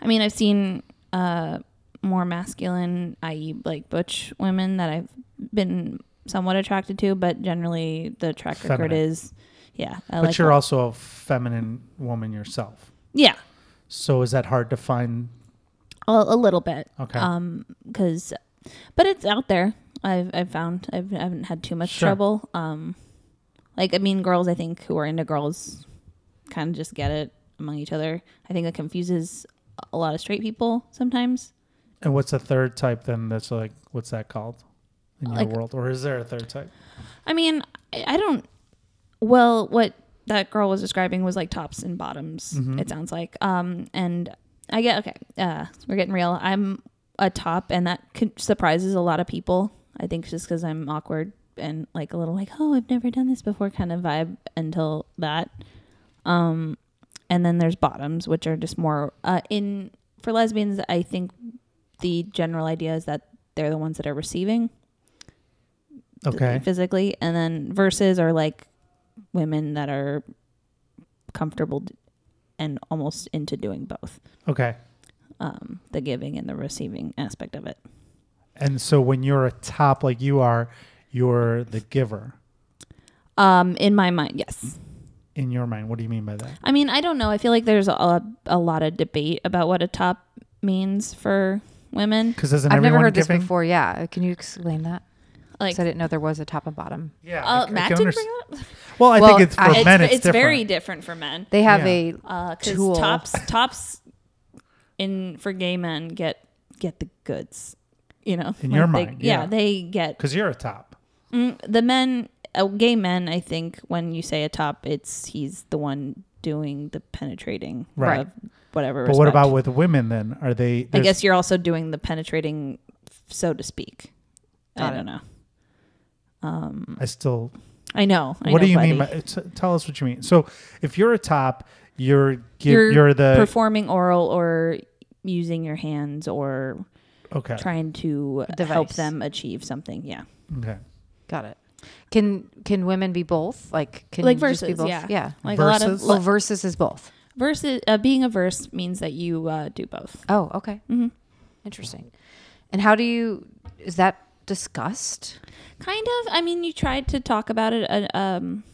[SPEAKER 3] I mean, I've seen uh, more masculine, i.e., like butch women that I've been somewhat attracted to, but generally the track record
[SPEAKER 1] Feminine.
[SPEAKER 3] is, yeah. I
[SPEAKER 1] but
[SPEAKER 3] like
[SPEAKER 1] you're also a feminine woman yourself,
[SPEAKER 3] yeah,
[SPEAKER 1] so is that hard to find?
[SPEAKER 3] a, a little bit,
[SPEAKER 1] Okay.
[SPEAKER 3] because, but it's out there. I've I've found I've I haven't had too much
[SPEAKER 1] Sure.
[SPEAKER 3] trouble. Um, like I mean, girls I think who are into girls, kind of just get it among each other. I think that confuses a lot of straight people sometimes.
[SPEAKER 1] And what's a third type then? That's like what's that called in your
[SPEAKER 3] Like-
[SPEAKER 1] world, or is there a third type?
[SPEAKER 3] I mean, I, I don't. Well, what that girl was describing was like tops and bottoms. It sounds like. Um, and I get okay. Uh, we're getting real. I'm a top, and that con- surprises a lot of people. I think just because I'm awkward and like a little like, oh, I've never done this before kind of vibe until that. Um, and then there's bottoms, which are just more uh, in for lesbians. I think the general idea is that they're the ones that are receiving
[SPEAKER 1] Okay.
[SPEAKER 3] physically and then verses are like women that are comfortable d- and almost into doing both
[SPEAKER 1] Okay.
[SPEAKER 3] um, the giving and the receiving aspect of it
[SPEAKER 1] And so when you're a top like you are, you're the giver
[SPEAKER 3] Um, in my mind, yes.
[SPEAKER 1] in your mind. What do you mean by that?
[SPEAKER 3] I mean, I don't know. I feel like there's a, a lot of debate about what a top means for women.
[SPEAKER 1] Because isn't
[SPEAKER 2] I've
[SPEAKER 1] everyone
[SPEAKER 2] never heard
[SPEAKER 1] giving?
[SPEAKER 2] this before. Yeah, can you explain that?
[SPEAKER 3] Like,
[SPEAKER 2] 'Cause I didn't know there was a top and bottom.
[SPEAKER 1] Yeah. I-
[SPEAKER 3] uh,
[SPEAKER 1] I
[SPEAKER 3] Matt
[SPEAKER 1] can
[SPEAKER 3] didn't
[SPEAKER 1] underst-
[SPEAKER 3] bring it up.
[SPEAKER 1] Well, I
[SPEAKER 2] Well,
[SPEAKER 1] think it's for
[SPEAKER 2] I- It's-
[SPEAKER 1] men. It's,
[SPEAKER 3] it's
[SPEAKER 1] different.
[SPEAKER 3] very different for men.
[SPEAKER 2] They have
[SPEAKER 1] Yeah.
[SPEAKER 2] a
[SPEAKER 3] because
[SPEAKER 2] tool.
[SPEAKER 3] Uh, tops tops in for gay men get get the goods you know
[SPEAKER 1] In your
[SPEAKER 3] they-
[SPEAKER 1] mind, yeah.
[SPEAKER 3] they get
[SPEAKER 1] Because you're a top.
[SPEAKER 3] mm, the men uh, gay men i think when you say a top it's he's the one doing the penetrating
[SPEAKER 1] Right.
[SPEAKER 3] of whatever
[SPEAKER 1] But what
[SPEAKER 3] respect.
[SPEAKER 1] about with women then? Are they?
[SPEAKER 3] i
[SPEAKER 1] there's-
[SPEAKER 3] guess you're also doing the penetrating so to speak
[SPEAKER 2] Got
[SPEAKER 3] i
[SPEAKER 2] it.
[SPEAKER 3] don't know
[SPEAKER 1] I still.
[SPEAKER 3] i know I
[SPEAKER 1] what do
[SPEAKER 3] know,
[SPEAKER 1] you
[SPEAKER 3] buddy.
[SPEAKER 1] mean? By, t- tell us what you mean. So if you're a top, you're give, you're,
[SPEAKER 3] You're
[SPEAKER 1] the
[SPEAKER 3] performing oral or using your hands or
[SPEAKER 1] okay.
[SPEAKER 3] trying to
[SPEAKER 2] A
[SPEAKER 3] help
[SPEAKER 2] device.
[SPEAKER 3] them achieve something yeah
[SPEAKER 1] Okay.
[SPEAKER 2] Got it. Can can women be both? Like can
[SPEAKER 3] like
[SPEAKER 2] you just be
[SPEAKER 3] verses,
[SPEAKER 2] both?
[SPEAKER 3] yeah,
[SPEAKER 2] Yeah.
[SPEAKER 3] Like
[SPEAKER 1] Verses?
[SPEAKER 3] a
[SPEAKER 2] Well,
[SPEAKER 3] lot of
[SPEAKER 2] versus is both.
[SPEAKER 3] verses. Uh, being a verse means that you uh, do both.
[SPEAKER 2] Oh, okay.
[SPEAKER 3] Mhm.
[SPEAKER 2] Interesting. And how do you? Is that discussed?
[SPEAKER 3] Kind of. I mean, you try to talk about it uh, um,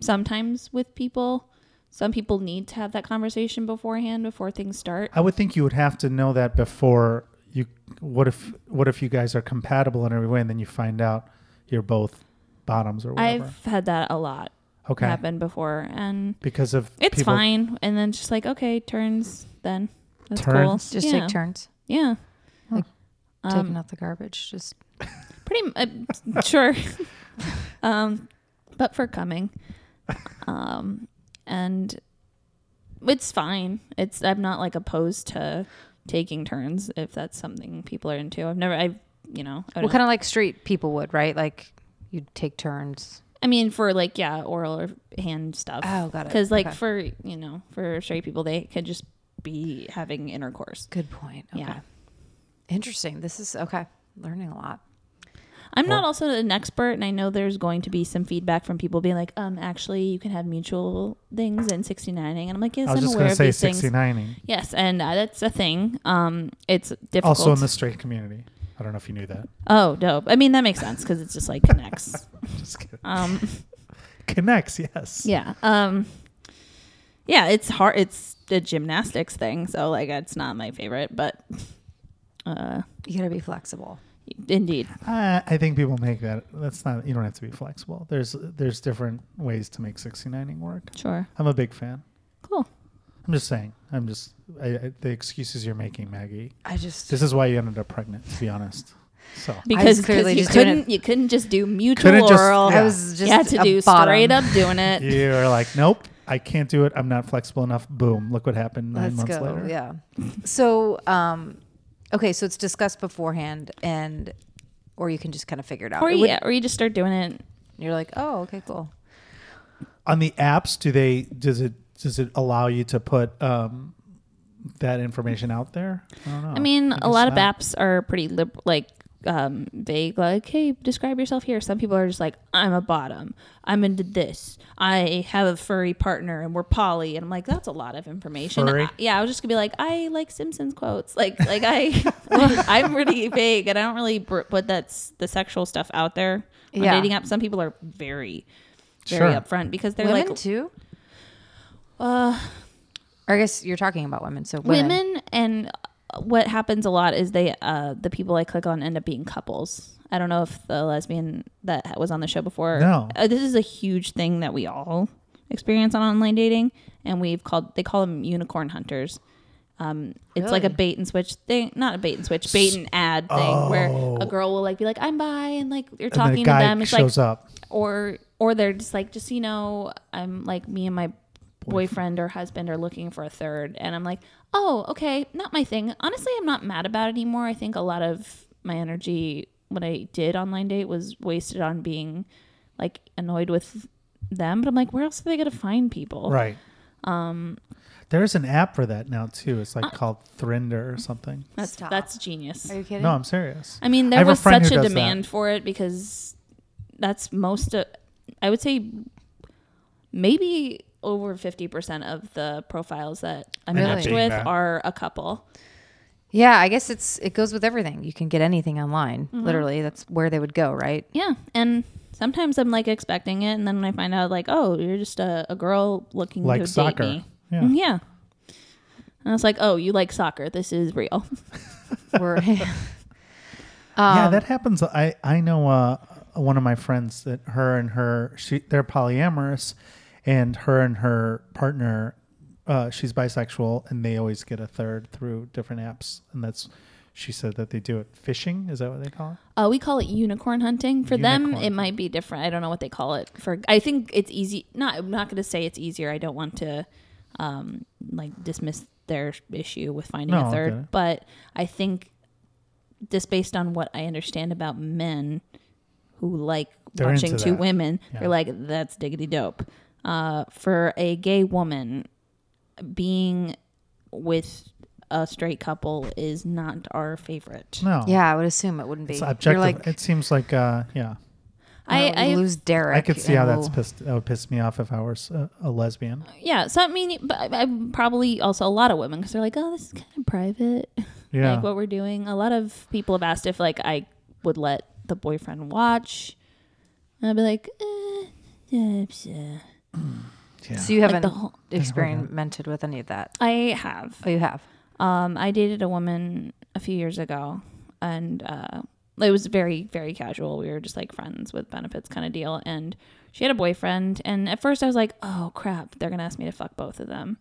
[SPEAKER 3] sometimes with people. Some people need to have that conversation beforehand before things start.
[SPEAKER 1] I would think you would have to know that before you. What if what if you guys are compatible in every way, and then you find out you're both bottoms or whatever?
[SPEAKER 3] I've had that a lot
[SPEAKER 1] okay,
[SPEAKER 3] happen before, and
[SPEAKER 1] because of
[SPEAKER 3] it's
[SPEAKER 1] people,
[SPEAKER 3] fine. And then it's just like, okay, turns then. That's
[SPEAKER 1] Turns?
[SPEAKER 3] cool.
[SPEAKER 2] Just
[SPEAKER 3] yeah.
[SPEAKER 2] take turns
[SPEAKER 3] Yeah.
[SPEAKER 1] Huh.
[SPEAKER 3] Um,
[SPEAKER 2] taking out the garbage. Just
[SPEAKER 3] pretty m- uh, sure um but for coming um and it's fine it's i'm not like opposed to taking turns if that's something people are into i've never i you know I,
[SPEAKER 2] well,
[SPEAKER 3] don't
[SPEAKER 2] kind of like street people would, right? Like you take turns.
[SPEAKER 3] I mean for like yeah oral or hand stuff
[SPEAKER 2] Oh, got it.
[SPEAKER 3] because like
[SPEAKER 2] Okay.
[SPEAKER 3] for you know for straight people they could just be having intercourse
[SPEAKER 2] Good point. Okay.
[SPEAKER 3] Yeah.
[SPEAKER 2] Interesting. This is okay. Learning a lot.
[SPEAKER 3] i'm not also an expert and i know there's going to be some feedback from people being like um actually you can have mutual things and 69ing and i'm like yes
[SPEAKER 1] I was
[SPEAKER 3] i'm
[SPEAKER 1] just
[SPEAKER 3] aware
[SPEAKER 1] gonna
[SPEAKER 3] of
[SPEAKER 1] say
[SPEAKER 3] these things
[SPEAKER 1] 69
[SPEAKER 3] Yes, and uh, that's a thing. Um, it's difficult.
[SPEAKER 1] Also in the straight community. I don't know if you knew that.
[SPEAKER 3] oh, dope. I mean, that makes sense because it's just like connects.
[SPEAKER 1] Just kidding.
[SPEAKER 3] um,
[SPEAKER 1] Connects, yes.
[SPEAKER 3] yeah. Um, yeah, it's hard. It's a gymnastics thing, so like it's not my favorite, but uh,
[SPEAKER 2] You gotta be flexible.
[SPEAKER 3] indeed,
[SPEAKER 1] I, I think people make that. That's not. You don't have to be flexible. There's there's different ways to make 69ing work.
[SPEAKER 3] sure,
[SPEAKER 1] I'm a big fan.
[SPEAKER 3] cool.
[SPEAKER 1] I'm just saying. I'm just I, I, the excuses you're making, Maggie.
[SPEAKER 2] I just
[SPEAKER 1] This is why you ended up pregnant, to be honest. So
[SPEAKER 3] Because 'cause
[SPEAKER 2] clearly
[SPEAKER 3] you
[SPEAKER 2] just doing
[SPEAKER 3] couldn't, you couldn't just do mutual
[SPEAKER 1] Couldn't just-
[SPEAKER 3] oral.
[SPEAKER 1] yeah.
[SPEAKER 2] I was just
[SPEAKER 3] you had to
[SPEAKER 2] a
[SPEAKER 3] do
[SPEAKER 2] bottom.
[SPEAKER 3] straight up doing it.
[SPEAKER 1] you're like, nope, I can't do it. I'm not flexible enough. Boom! Look what happened 9
[SPEAKER 2] Let's
[SPEAKER 1] months
[SPEAKER 2] go.
[SPEAKER 1] later.
[SPEAKER 2] Yeah. So, um, okay, so it's discussed beforehand, and or you can just kind of figure it out.
[SPEAKER 3] Or
[SPEAKER 2] It
[SPEAKER 3] you,
[SPEAKER 2] would-
[SPEAKER 3] yeah, or you just start doing it.
[SPEAKER 2] You're like, oh, okay, cool.
[SPEAKER 1] On the apps, do they? Does it? Does it allow you to put um, that information out there? I don't know.
[SPEAKER 3] I mean,
[SPEAKER 1] Oh, I
[SPEAKER 3] a lot
[SPEAKER 1] guess
[SPEAKER 3] of
[SPEAKER 1] not.
[SPEAKER 3] apps are pretty lib- like um, vague, like, hey, describe yourself here. Some people are just like, I'm a bottom. I'm into this. I have a furry partner and we're poly. And I'm like, that's a lot of information.
[SPEAKER 1] Furry?
[SPEAKER 3] I- yeah, I was just going to be like, I like Simpsons quotes. Like, like I, I'm really vague and I don't really br- put that's the sexual stuff out there on
[SPEAKER 2] Yeah.
[SPEAKER 3] dating apps. Some people are very, very
[SPEAKER 1] Sure.
[SPEAKER 3] upfront because they're
[SPEAKER 2] women
[SPEAKER 3] like,
[SPEAKER 2] too.
[SPEAKER 3] uh,
[SPEAKER 2] Or I guess you're talking about women. So women.
[SPEAKER 3] women, and what happens a lot is they uh the people i click on end up being couples i don't know if the lesbian that was on the show before
[SPEAKER 1] No.
[SPEAKER 3] uh, this is a huge thing that we all experience on online dating and we've called they call them unicorn hunters um, it's like a
[SPEAKER 2] Really?
[SPEAKER 3] bait and switch thing, not a bait and switch, bait and ad thing, where
[SPEAKER 1] Oh.
[SPEAKER 3] a girl will like be like, "I'm bi," and like you're
[SPEAKER 1] And then
[SPEAKER 3] talking
[SPEAKER 1] a
[SPEAKER 3] to
[SPEAKER 1] guy
[SPEAKER 3] them. It's like
[SPEAKER 1] shows up.
[SPEAKER 3] or or they're just like just so you know i'm like me and my boyfriend or husband are looking for a third and i'm like oh okay not my thing honestly i'm not mad about it anymore i think a lot of my energy when i did online date was wasted on being like annoyed with them but i'm like where else are they going to find people
[SPEAKER 1] Right. Um, there's an app for that now too. It's like called Thrinder or something.
[SPEAKER 3] that's
[SPEAKER 2] Stop.
[SPEAKER 3] that's genius
[SPEAKER 2] Are you kidding?
[SPEAKER 1] No, I'm serious.
[SPEAKER 3] I mean,
[SPEAKER 1] I
[SPEAKER 3] there
[SPEAKER 1] have a
[SPEAKER 3] was
[SPEAKER 1] friend
[SPEAKER 3] such
[SPEAKER 1] who
[SPEAKER 3] a
[SPEAKER 1] does that.
[SPEAKER 3] demand for it because that's most of, I would say, maybe over 50% of the profiles that I
[SPEAKER 1] End up
[SPEAKER 3] matched
[SPEAKER 1] being
[SPEAKER 3] with
[SPEAKER 1] that.
[SPEAKER 3] are a couple.
[SPEAKER 2] Yeah, I guess it's it goes with everything. You can get anything online.
[SPEAKER 3] Mm-hmm.
[SPEAKER 2] Literally, that's where they would go, right?
[SPEAKER 3] Yeah. And sometimes I'm like expecting it. And then when I find out, like, oh, you're just a, a girl looking
[SPEAKER 1] Like
[SPEAKER 3] to
[SPEAKER 1] soccer.
[SPEAKER 3] date me.
[SPEAKER 1] Yeah.
[SPEAKER 3] Mm, Yeah. And it's like, oh, you like soccer. This is real.
[SPEAKER 2] Where,
[SPEAKER 1] yeah,
[SPEAKER 2] Um,
[SPEAKER 1] that happens. I I know uh, one of my friends that her and her she they're polyamorous, and her and her partner, uh, she's bisexual, and they always get a third through different apps, and that's she said that they do it fishing. Is that what they call it?
[SPEAKER 3] Uh, we call it unicorn hunting. For them,
[SPEAKER 1] Unicorn.
[SPEAKER 3] it might be different. I don't know what they call it. For I think it's easy. Not I'm not going to say it's easier. I don't want to um, like dismiss their issue with finding
[SPEAKER 1] No,
[SPEAKER 3] a
[SPEAKER 1] I
[SPEAKER 3] third,
[SPEAKER 1] get it.
[SPEAKER 3] but I think just based on what I understand about men who like
[SPEAKER 1] They're
[SPEAKER 3] watching
[SPEAKER 1] into
[SPEAKER 3] two
[SPEAKER 1] that.
[SPEAKER 3] women,
[SPEAKER 1] Yeah.
[SPEAKER 3] they're like that's diggity dope. Uh, for a gay woman, being with a straight couple is not our favorite.
[SPEAKER 1] No.
[SPEAKER 2] yeah, I would assume it wouldn't be.
[SPEAKER 1] It's
[SPEAKER 2] You're
[SPEAKER 1] objective.
[SPEAKER 2] like,
[SPEAKER 1] it seems like uh, yeah.
[SPEAKER 3] I,
[SPEAKER 2] I,
[SPEAKER 3] I
[SPEAKER 2] lose Derek.
[SPEAKER 1] I could see
[SPEAKER 2] and
[SPEAKER 1] how
[SPEAKER 2] we'll-
[SPEAKER 1] that's pissed. That would piss me off if I was a, a lesbian.
[SPEAKER 3] Yeah, so I mean, but I, I'm probably also a lot of women because they're like, oh, this is kind of private,
[SPEAKER 1] Yeah.
[SPEAKER 3] like what we're doing. A lot of people have asked if like I would let the boyfriend watch, and I'd be like, eh, yeah, yeah.
[SPEAKER 1] yeah.
[SPEAKER 2] So you
[SPEAKER 3] Like
[SPEAKER 2] haven't
[SPEAKER 3] the whole-
[SPEAKER 2] experimented with any of that.
[SPEAKER 3] I have.
[SPEAKER 2] Oh, you have.
[SPEAKER 3] Um, I dated a woman a few years ago, and uh, it was very, very casual. We were just like friends with benefits kind of deal. And she had a boyfriend, and at first I was like, "Oh crap, they're gonna ask me to fuck both of them,"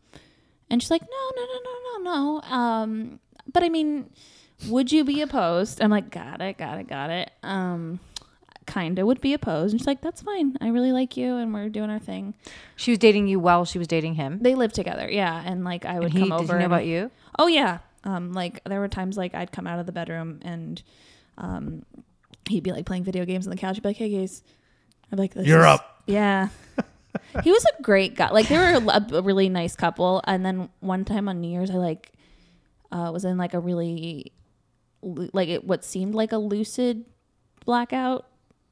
[SPEAKER 3] and she's like, "No, no, no, no, no, no." Um, but I mean, would you be opposed? I'm like, "Got it, got it, got it." Um, kinda would be opposed, and she's like, "That's fine. I really like you, and we're doing our thing."
[SPEAKER 2] She was dating you while she was dating him.
[SPEAKER 3] They live together, yeah, and like I would
[SPEAKER 2] And he
[SPEAKER 3] come
[SPEAKER 2] did
[SPEAKER 3] over.
[SPEAKER 2] he know
[SPEAKER 3] and-
[SPEAKER 2] about you?
[SPEAKER 3] Oh yeah. Um, like there were times like I'd come out of the bedroom and um, he'd be like playing video games on the couch. He'd be like, "Hey guys," I'm like, this
[SPEAKER 1] You're
[SPEAKER 3] is-
[SPEAKER 1] up.
[SPEAKER 3] Yeah. he was a great guy. Like they were a, a really nice couple. And then one time on New Year's, I like uh, was in like a really lu- like it, what seemed like a lucid blackout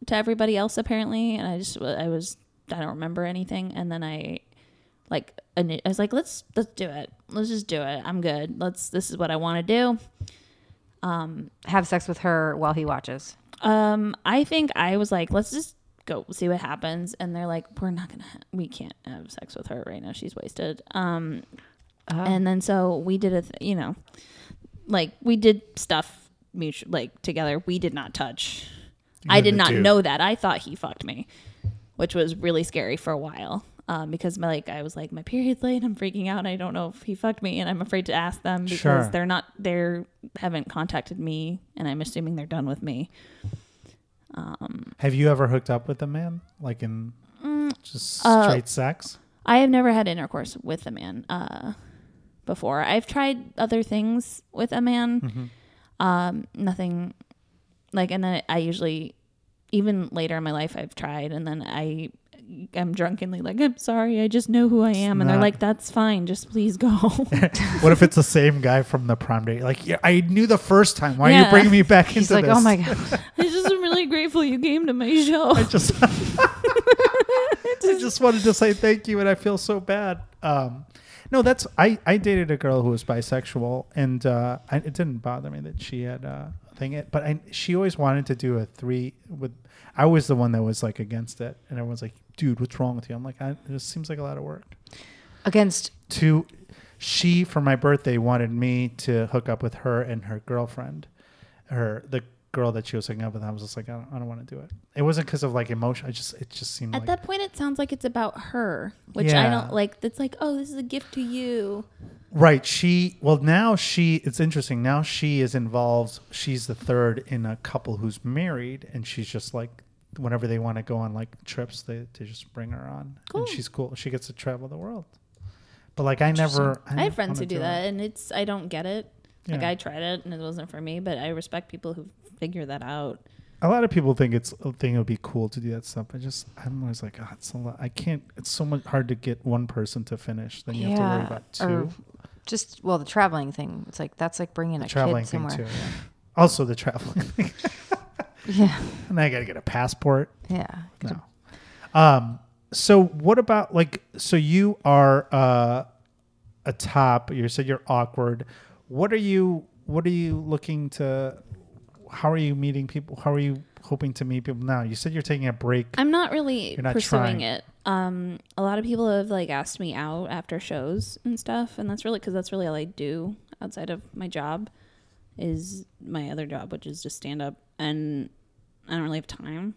[SPEAKER 3] to everybody else apparently, and I just I was I don't remember anything. And then I like ini- I was like, let's let's do it. Let's just do it. I'm good. Let's. This is what I want to do.
[SPEAKER 2] Have sex with her while he watches.
[SPEAKER 3] Um, I think I was like, let's just go see what happens. And they're like, we're not gonna, ha- we can't have sex with her right now. She's wasted. Um,
[SPEAKER 1] Oh.
[SPEAKER 3] and then so we did a, th- you know, like we did stuff mutual, like together. We did not touch. I
[SPEAKER 1] didn't
[SPEAKER 3] did not
[SPEAKER 1] do.
[SPEAKER 3] know that. I thought he fucked me, which was really scary for a while. Um, because my, like I was like my period's late, I'm freaking out. and I don't know if he fucked me, and I'm afraid to ask them because
[SPEAKER 1] Sure.
[SPEAKER 3] they're not they're haven't contacted me, and I'm assuming they're done with me.
[SPEAKER 1] Have you ever hooked up with a man, like in just
[SPEAKER 3] uh,
[SPEAKER 1] straight sex?
[SPEAKER 3] I have never had intercourse with a man uh, before. I've tried other things with a man.
[SPEAKER 1] Mm-hmm.
[SPEAKER 3] Um, nothing like, and I, I usually, even later in my life, I've tried, and then I am drunkenly like, I'm sorry, I just know who I am. And they're
[SPEAKER 1] not-
[SPEAKER 3] like, that's fine, just please go.
[SPEAKER 1] What if it's the same guy from the prom date? Like, yeah, I knew the first time. Why are you
[SPEAKER 3] Yeah.
[SPEAKER 1] bringing me back
[SPEAKER 2] He's
[SPEAKER 1] into
[SPEAKER 2] like,
[SPEAKER 1] this?
[SPEAKER 2] oh my god.
[SPEAKER 3] I just am really grateful you came to my show.
[SPEAKER 1] I just, I just wanted to say thank you, and I feel so bad. Um, no, that's I. I dated a girl who was bisexual, and uh, I, it didn't bother me that she had uh, a thing. It, but I, she always wanted to do a three with. I was the one that was like against it, and everyone's like, "Dude, what's wrong with you?" I'm like, I, "It just seems like a lot of work."
[SPEAKER 2] Against
[SPEAKER 1] to she for my birthday wanted me to hook up with her and her girlfriend her the girl that she was hooking up with i was just like i don't, I don't want to do it it wasn't because of like emotion i just it just seemed
[SPEAKER 3] At
[SPEAKER 1] like
[SPEAKER 3] that point, it sounds like it's about her, which
[SPEAKER 1] Yeah.
[SPEAKER 3] I don't like. That's like, oh, this is a gift to you.
[SPEAKER 1] right she well now she it's interesting now she is involved she's the third in a couple who's married and she's just like whenever they want to go on like trips they, they just bring her on
[SPEAKER 3] Cool.
[SPEAKER 1] and she's cool she gets to travel the world but like i never
[SPEAKER 3] I, have friends who
[SPEAKER 1] wanna
[SPEAKER 3] do
[SPEAKER 1] it.
[SPEAKER 3] that, and it's I don't get it. Like
[SPEAKER 1] Yeah.
[SPEAKER 3] I tried it, and it wasn't for me. But I respect people who figure that out.
[SPEAKER 1] A lot of people think it's a thing. It would be cool to do that stuff. I just, I'm always like, oh, it's a lot. I can't. It's so much hard to get one person to finish. Then you have to worry
[SPEAKER 2] Yeah,
[SPEAKER 1] about two.
[SPEAKER 2] or just well the traveling thing. It's like that's like bringing
[SPEAKER 1] the
[SPEAKER 2] a
[SPEAKER 1] traveling
[SPEAKER 2] kid
[SPEAKER 1] thing
[SPEAKER 2] somewhere.
[SPEAKER 1] too. yeah. Also the traveling thing.
[SPEAKER 2] Yeah,
[SPEAKER 1] and I got to get a passport.
[SPEAKER 2] yeah.
[SPEAKER 1] No. Um. So what about like? So you are uh, a top. You said you're awkward. What are you? what are you looking to? How are you meeting people? How are you hoping to meet people now? You said you're taking a break.
[SPEAKER 3] I'm not really
[SPEAKER 1] You're not
[SPEAKER 3] pursuing
[SPEAKER 1] trying.
[SPEAKER 3] it. Um, a lot of people have like asked me out after shows and stuff, and that's really because that's really all I do outside of my job is my other job, which is just stand up, and I don't really have time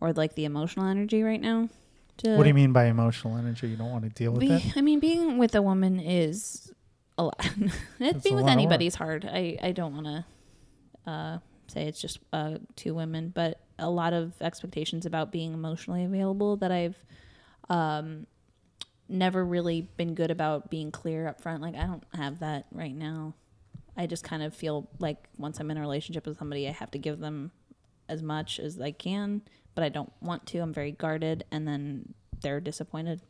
[SPEAKER 3] or like the emotional energy right now. To
[SPEAKER 1] what do you mean by emotional energy? You don't want to deal with
[SPEAKER 3] be-
[SPEAKER 1] that.
[SPEAKER 3] I mean, being with a woman is a lot. It,
[SPEAKER 1] a
[SPEAKER 3] being
[SPEAKER 1] lot of
[SPEAKER 3] with
[SPEAKER 1] work.
[SPEAKER 3] anybody is hard. I, I don't want to uh, say it's just uh, two women, but a lot of expectations about being emotionally available that I've um, never really been good about being clear up front. Like, I don't have that right now. I just kind of feel like once I'm in a relationship with somebody, I have to give them as much as I can, but I don't want to. I'm very guarded, and then they're disappointed.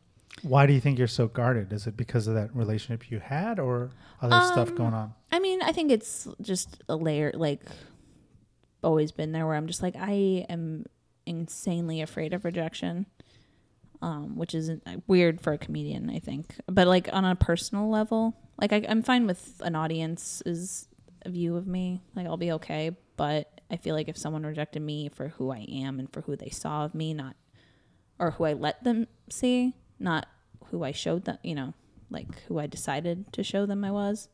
[SPEAKER 1] Why do you think you're so guarded? Is it because of that relationship you had, or other
[SPEAKER 3] Um,
[SPEAKER 1] stuff going on?
[SPEAKER 3] I mean, I think it's just a layer, like always been there, where I'm just like, I am insanely afraid of rejection, um, which is weird for a comedian, I think. But like on a personal level, like I, I'm fine with an audience's view of me, like I'll be okay. But I feel like if someone rejected me for who I am and for who they saw of me, not or who I let them see, not who I showed them, you know, like who I decided to show them I was.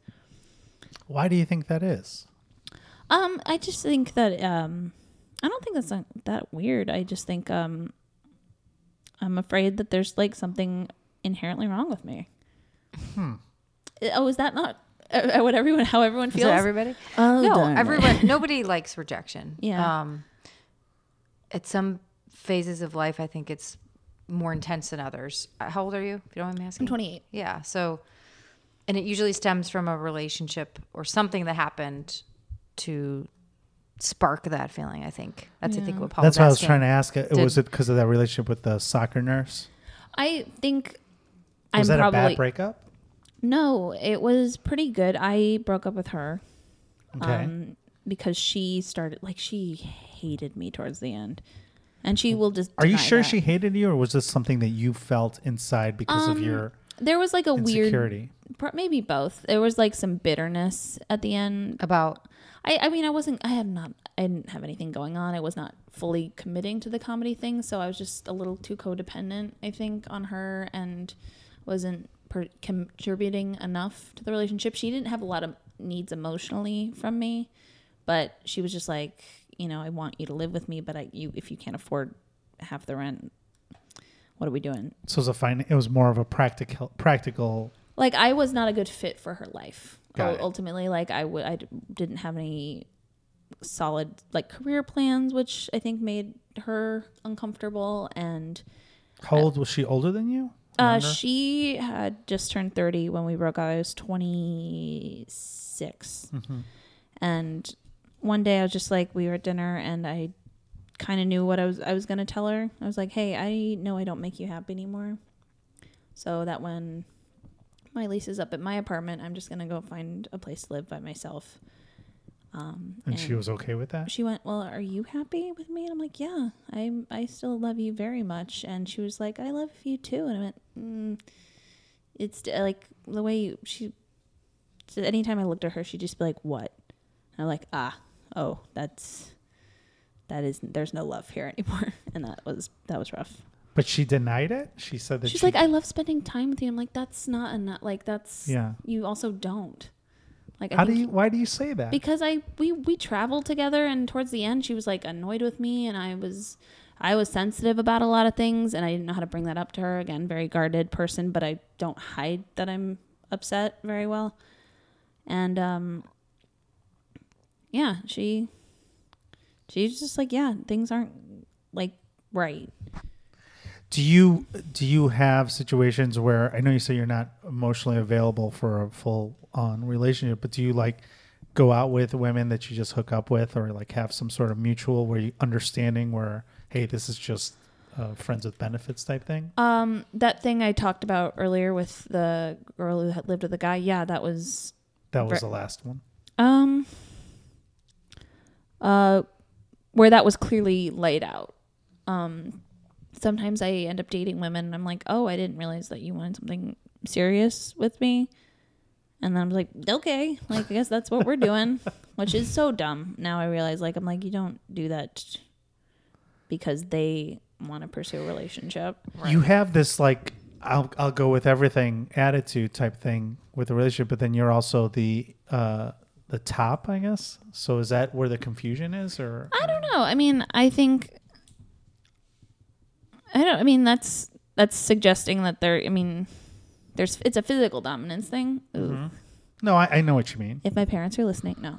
[SPEAKER 1] Why do you think that is?
[SPEAKER 3] Um, I just think that um, I don't think that's uh, that weird. I just think um, I'm afraid that there's like something inherently wrong with me.
[SPEAKER 1] Hmm.
[SPEAKER 3] Uh, Oh, is that not uh, uh, what everyone? How everyone
[SPEAKER 2] Is
[SPEAKER 3] feels?
[SPEAKER 2] that everybody?
[SPEAKER 3] oh,
[SPEAKER 2] no,
[SPEAKER 3] darn it.
[SPEAKER 2] everyone. Nobody likes rejection.
[SPEAKER 3] Yeah.
[SPEAKER 2] Um, at some phases of life, I think it's more intense than others. Uh, How old are you? If you don't mind me asking.
[SPEAKER 3] I'm 28.
[SPEAKER 2] Yeah. So, and it usually stems from a relationship or something that happened to spark that feeling. I think that's I think what
[SPEAKER 3] oh,
[SPEAKER 2] Paul.
[SPEAKER 1] That's what I was trying to ask. It
[SPEAKER 2] Did-
[SPEAKER 1] was it because of that relationship with the soccer nurse?
[SPEAKER 3] I think I'm
[SPEAKER 1] Was that
[SPEAKER 3] probably
[SPEAKER 1] a bad breakup?
[SPEAKER 3] no. It was pretty good. I broke up with her.
[SPEAKER 1] Okay.
[SPEAKER 3] um, because she started like she hated me towards the end, and she will just.
[SPEAKER 1] Hmm. Are you
[SPEAKER 3] deny
[SPEAKER 1] sure
[SPEAKER 3] that.
[SPEAKER 1] she hated you, or was this something that you felt inside because of your
[SPEAKER 3] There was like Um, a weird,
[SPEAKER 1] insecurity?
[SPEAKER 3] pro- maybe both. There was like some bitterness at the end.
[SPEAKER 2] about.
[SPEAKER 3] I, I mean, I wasn't. I had not. I didn't have anything going on. I was not fully committing to the comedy thing, so I was just a little too codependent, I think, on her, and wasn't per- contributing enough to the relationship. She didn't have a lot of needs emotionally from me, but she was just like, you know, I want you to live with me, but I, you, if you can't afford half the rent, what are we doing?
[SPEAKER 1] So it was a fin- It was more of a practical practical
[SPEAKER 3] like I was not a good fit for her life.
[SPEAKER 1] Got it.
[SPEAKER 3] Ultimately, like I would, I d- didn't have any solid like career plans, which I think made her uncomfortable. And
[SPEAKER 1] How old was she? Older than you?
[SPEAKER 3] uh,
[SPEAKER 1] Younger?
[SPEAKER 3] she had just turned thirty when we broke up. I was twenty
[SPEAKER 1] Mm-hmm.
[SPEAKER 3] and one day I was just like, we were at dinner, and I kind of knew what I was I was gonna tell her. I was like, hey, I know I don't make you happy anymore, so that when my lease is up at my apartment, I'm just gonna go find a place to live by myself. Um,
[SPEAKER 1] and she was okay with that.
[SPEAKER 3] she went, "Well, are you happy with me?" And I'm like, "Yeah, I I still love you very much." And she was like, "I love you too." And I went, mm, "It's d- like the way you, she." So anytime I looked at her, she'd just be like, "What?" And I'm like, "Ah, oh, that's that is there's no love here anymore." And that was that was rough.
[SPEAKER 1] But she denied it. She said that
[SPEAKER 3] She's
[SPEAKER 1] she,
[SPEAKER 3] like, "I love spending time with you." I'm like, "That's not enough. Like that's
[SPEAKER 1] Yeah.
[SPEAKER 3] You also don't." Like, I
[SPEAKER 1] How do
[SPEAKER 3] think
[SPEAKER 1] you? Why do you say that?
[SPEAKER 3] because I we we traveled together and towards the end she was like annoyed with me and I was I was sensitive about a lot of things and I didn't know how to bring that up to her again very guarded person but I don't hide that I'm upset very well and um yeah she she's just like yeah things aren't like right
[SPEAKER 1] do you do you have situations where I know you say you're not emotionally available for a full on relationship, but do you like go out with women that you just hook up with, or like have some sort of mutual where you understanding where hey, this is just uh, friends with benefits type thing?
[SPEAKER 3] Um, that thing I talked about earlier with the girl who had lived with the guy, yeah, that was
[SPEAKER 1] that was
[SPEAKER 3] ver-
[SPEAKER 1] the last one.
[SPEAKER 3] Um, uh, where that was clearly laid out. Um, sometimes I end up dating women and I'm like, oh, I didn't realize that you wanted something serious with me. And then I'm like, okay, like I guess that's what we're doing, which is so dumb. Now I realize, like, I'm like, you don't do that because they want to pursue a relationship.
[SPEAKER 1] You have this like I'll I'll go with everything attitude type thing with the relationship, but then you're also the uh the top, I guess. So is that where the confusion is or
[SPEAKER 3] I don't know. I mean, I think I don't I mean that's that's suggesting that there I mean there's it's a physical dominance thing. Ooh.
[SPEAKER 1] Mm-hmm. No, I, I know what you mean.
[SPEAKER 3] If my parents are listening, no.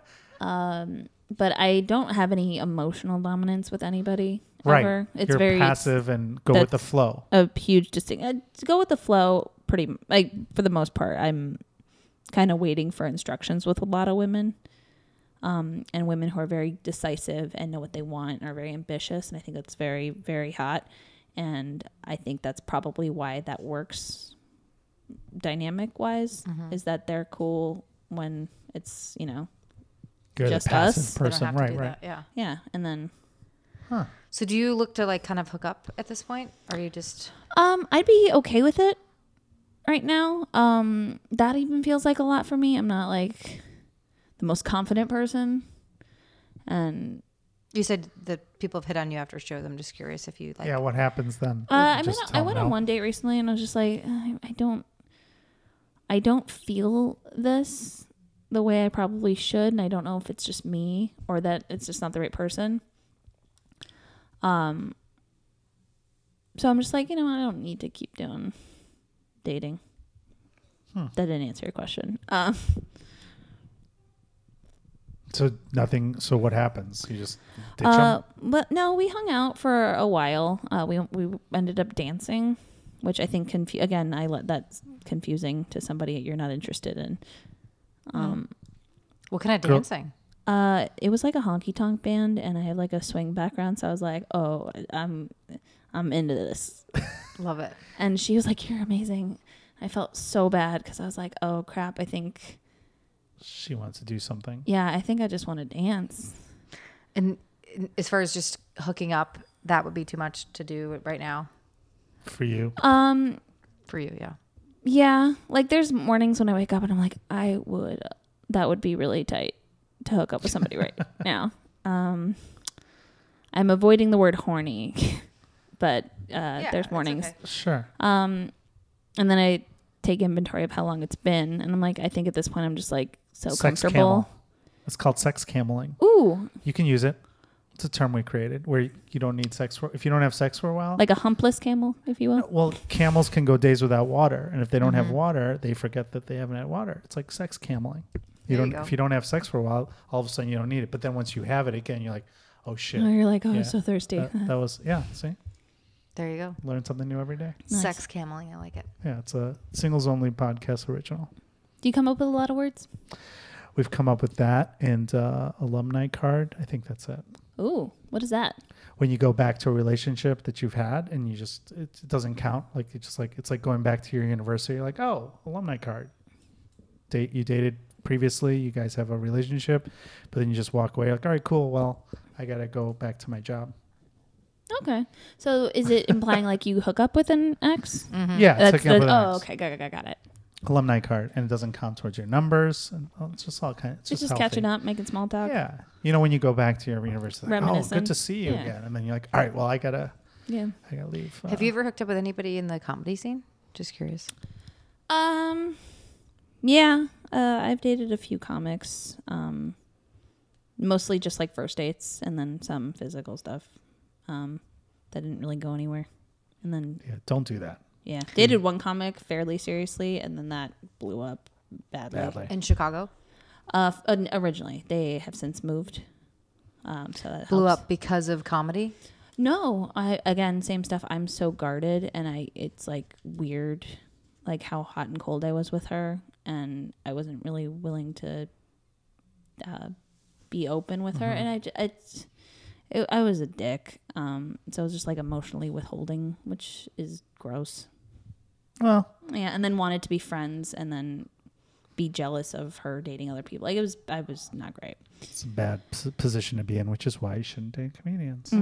[SPEAKER 3] Um, um but I don't have any emotional dominance with anybody ever.
[SPEAKER 1] Right.
[SPEAKER 3] It's
[SPEAKER 1] you're
[SPEAKER 3] very
[SPEAKER 1] passive and go with the
[SPEAKER 3] that's-
[SPEAKER 1] flow.
[SPEAKER 3] a huge distinct uh, to go with the flow pretty m- like for the most part i'm kind of waiting for instructions with a lot of women um, and women who are very decisive and know what they want and are very ambitious and i think that's very very hot and i think that's probably why that works dynamic wise is that they're cool when it's you know
[SPEAKER 1] You're
[SPEAKER 3] Just
[SPEAKER 1] the passive
[SPEAKER 3] us? They
[SPEAKER 2] They don't
[SPEAKER 1] person.
[SPEAKER 2] have to
[SPEAKER 1] Right,
[SPEAKER 2] do
[SPEAKER 1] right.
[SPEAKER 2] that, Yeah.
[SPEAKER 3] yeah and then
[SPEAKER 2] So do you look to like kind of hook up at this point? Or you just
[SPEAKER 3] Um, I'd be okay with it right now. Um, that even feels like a lot for me. I'm not like the most confident person, and
[SPEAKER 2] you said that people have hit on you after a show. I'm just curious if you like
[SPEAKER 1] yeah, what happens then?
[SPEAKER 3] uh, I mean,
[SPEAKER 1] Just
[SPEAKER 3] I
[SPEAKER 1] tell
[SPEAKER 3] went
[SPEAKER 1] them
[SPEAKER 3] on
[SPEAKER 1] no?
[SPEAKER 3] one date recently, and I was just like, "Uh, I, I don't, I don't feel this the way I probably should, and I don't know if it's just me or that it's just not the right person. Um, so I'm just like, you know, I don't need to keep doing dating. That didn't answer your question. Um.
[SPEAKER 1] So nothing so what happens? You just ditch 'em?
[SPEAKER 3] Uh, but no, we hung out for a while. Uh, we we ended up dancing, which I think confu- again I let that's confusing to somebody you're not interested in. Um,
[SPEAKER 2] what kind of
[SPEAKER 1] Girl-
[SPEAKER 2] dancing?
[SPEAKER 3] uh, it was like a honky tonk band, and I had like a swing background, so I was like, oh, I'm I'm into this.
[SPEAKER 2] Love it.
[SPEAKER 3] And she was like, you're amazing. I felt so bad because I was like, oh crap, I think
[SPEAKER 1] She wants to do something.
[SPEAKER 3] yeah, I think I just want to dance.
[SPEAKER 2] And and as far as just hooking up, that would be too much to do right now
[SPEAKER 1] for you.
[SPEAKER 3] Um,
[SPEAKER 2] for you. Yeah.
[SPEAKER 3] Yeah, like there's mornings when I wake up and I'm like, I would, that would be really tight to hook up with somebody right now. Um, I'm avoiding the word horny, but uh, there's mornings.
[SPEAKER 1] Sure.
[SPEAKER 3] Um, and then I take inventory of how long it's been, and I'm like, I think at this point I'm just like so comfortable.
[SPEAKER 1] camel. It's called sex cameling.
[SPEAKER 3] Ooh,
[SPEAKER 1] You can use it. It's a term we created where you don't need sex for if you don't have sex for a while.
[SPEAKER 3] like a humpless camel, if you will.
[SPEAKER 1] well, camels can go days without water, and if they don't have water, they forget that they haven't had water. It's like sex cameling. You
[SPEAKER 2] Mm-hmm. There you
[SPEAKER 1] don't
[SPEAKER 2] go.
[SPEAKER 1] if you don't have sex for a while, all of a sudden you don't need it. But then once you have it again, you're like, oh shit,
[SPEAKER 3] Oh, you're like, oh,
[SPEAKER 1] Yeah.
[SPEAKER 3] I'm so thirsty.
[SPEAKER 1] that, that was yeah. See,
[SPEAKER 2] There you go.
[SPEAKER 1] learn something new every day.
[SPEAKER 3] Nice.
[SPEAKER 2] Sex cameling. I like it.
[SPEAKER 1] Yeah, it's a singles only podcast original.
[SPEAKER 3] Do you come up with a lot of words?
[SPEAKER 1] We've come up with that and uh, alumni card. I think that's it.
[SPEAKER 3] Ooh, what is that?
[SPEAKER 1] when you go back to a relationship that you've had and you just it, it doesn't count like it's just like it's like going back to your university you're like oh alumni card date you dated previously you guys have a relationship but then you just walk away like all right cool well i gotta go back to my job
[SPEAKER 3] Okay, so is it implying like you hook up with an ex?
[SPEAKER 2] Mm-hmm.
[SPEAKER 1] yeah it's
[SPEAKER 3] Mm. That's
[SPEAKER 1] hooking up
[SPEAKER 3] the,
[SPEAKER 1] with an
[SPEAKER 3] oh,
[SPEAKER 1] ex.
[SPEAKER 3] okay, got, got, got it.
[SPEAKER 1] alumni card and it doesn't count towards your numbers and well, it's just all kind of it's
[SPEAKER 3] It's
[SPEAKER 1] just,
[SPEAKER 3] just catching
[SPEAKER 1] healthy.
[SPEAKER 3] up, making small talk.
[SPEAKER 1] yeah you know when you go back to your university like, oh good
[SPEAKER 3] Reminiscent.
[SPEAKER 1] to see you
[SPEAKER 3] Yeah.
[SPEAKER 1] again and then you're like all right well i gotta
[SPEAKER 3] Yeah.
[SPEAKER 1] i gotta leave
[SPEAKER 2] Have
[SPEAKER 1] Uh,
[SPEAKER 2] you ever hooked up with anybody in the comedy scene? Just curious.
[SPEAKER 3] Um, yeah. Uh, I've dated a few comics. Um, mostly just like first dates, and then some physical stuff. Um, that didn't really go anywhere. And then
[SPEAKER 1] yeah don't do that
[SPEAKER 3] yeah, dated one comic fairly seriously, and then that blew up badly.
[SPEAKER 1] badly
[SPEAKER 2] In Chicago?
[SPEAKER 3] Uh, f- uh, originally they have since moved. Um, so that
[SPEAKER 2] Blew
[SPEAKER 3] helps.
[SPEAKER 2] up because of comedy?
[SPEAKER 3] No, I again same stuff. I'm so guarded, and I it's like weird, like how hot and cold I was with her, and I wasn't really willing to uh, be open with her, and I j- it's it, I was a dick, um, so I was just like emotionally withholding, which is gross.
[SPEAKER 1] well
[SPEAKER 3] Yeah, and then wanted to be friends, and then be jealous of her dating other people. Like it was, I was not great.
[SPEAKER 2] Mm-hmm.
[SPEAKER 1] It's a bad p- position to be in, which is why you shouldn't date comedians.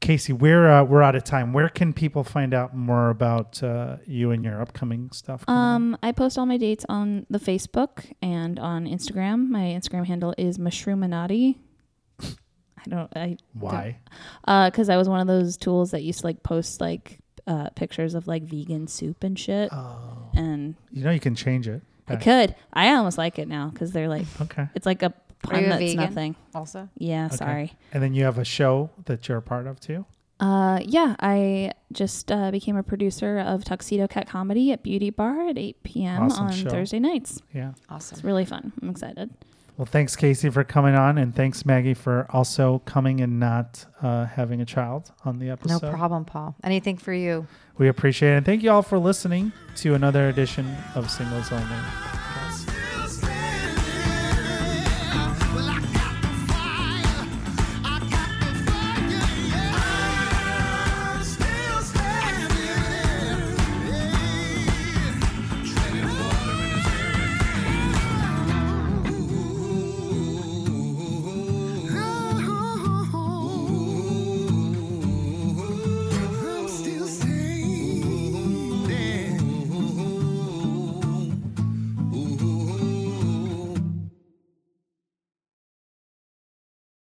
[SPEAKER 1] Casey, we're uh, we're out of time. Where can people find out more about uh, you and your upcoming stuff?
[SPEAKER 3] Um, I post all my dates on the Facebook and on Instagram. My Instagram handle is Mushroominati. I don't. I
[SPEAKER 1] Why?
[SPEAKER 3] because I was one of those tools that used to like post like uh, pictures of like vegan soup and shit,
[SPEAKER 1] Oh,
[SPEAKER 3] and
[SPEAKER 1] you know you can change it.
[SPEAKER 3] I
[SPEAKER 1] Okay.
[SPEAKER 3] could. I almost like it now because they're like
[SPEAKER 1] Okay,
[SPEAKER 3] it's like a
[SPEAKER 2] you
[SPEAKER 3] pun
[SPEAKER 2] a
[SPEAKER 3] that's
[SPEAKER 2] vegan?
[SPEAKER 3] nothing.
[SPEAKER 2] Also,
[SPEAKER 3] Yeah,
[SPEAKER 1] Okay.
[SPEAKER 3] sorry.
[SPEAKER 1] and then you have a show that you're a part of too.
[SPEAKER 3] Uh, yeah, I just uh, became a producer of Tuxedo Cat Comedy at Beauty Bar at 8 p.m.
[SPEAKER 1] Awesome
[SPEAKER 3] on
[SPEAKER 1] show.
[SPEAKER 3] Thursday nights.
[SPEAKER 1] Yeah.
[SPEAKER 3] It's
[SPEAKER 2] awesome.
[SPEAKER 3] really fun. I'm excited.
[SPEAKER 1] Well, thanks Casey for coming on, and thanks Maggie for also coming and not uh, having a child on the
[SPEAKER 2] No
[SPEAKER 1] episode.
[SPEAKER 2] problem, Paul. Anything for you.
[SPEAKER 1] We appreciate it, and thank you all for listening to another edition of Singles Only.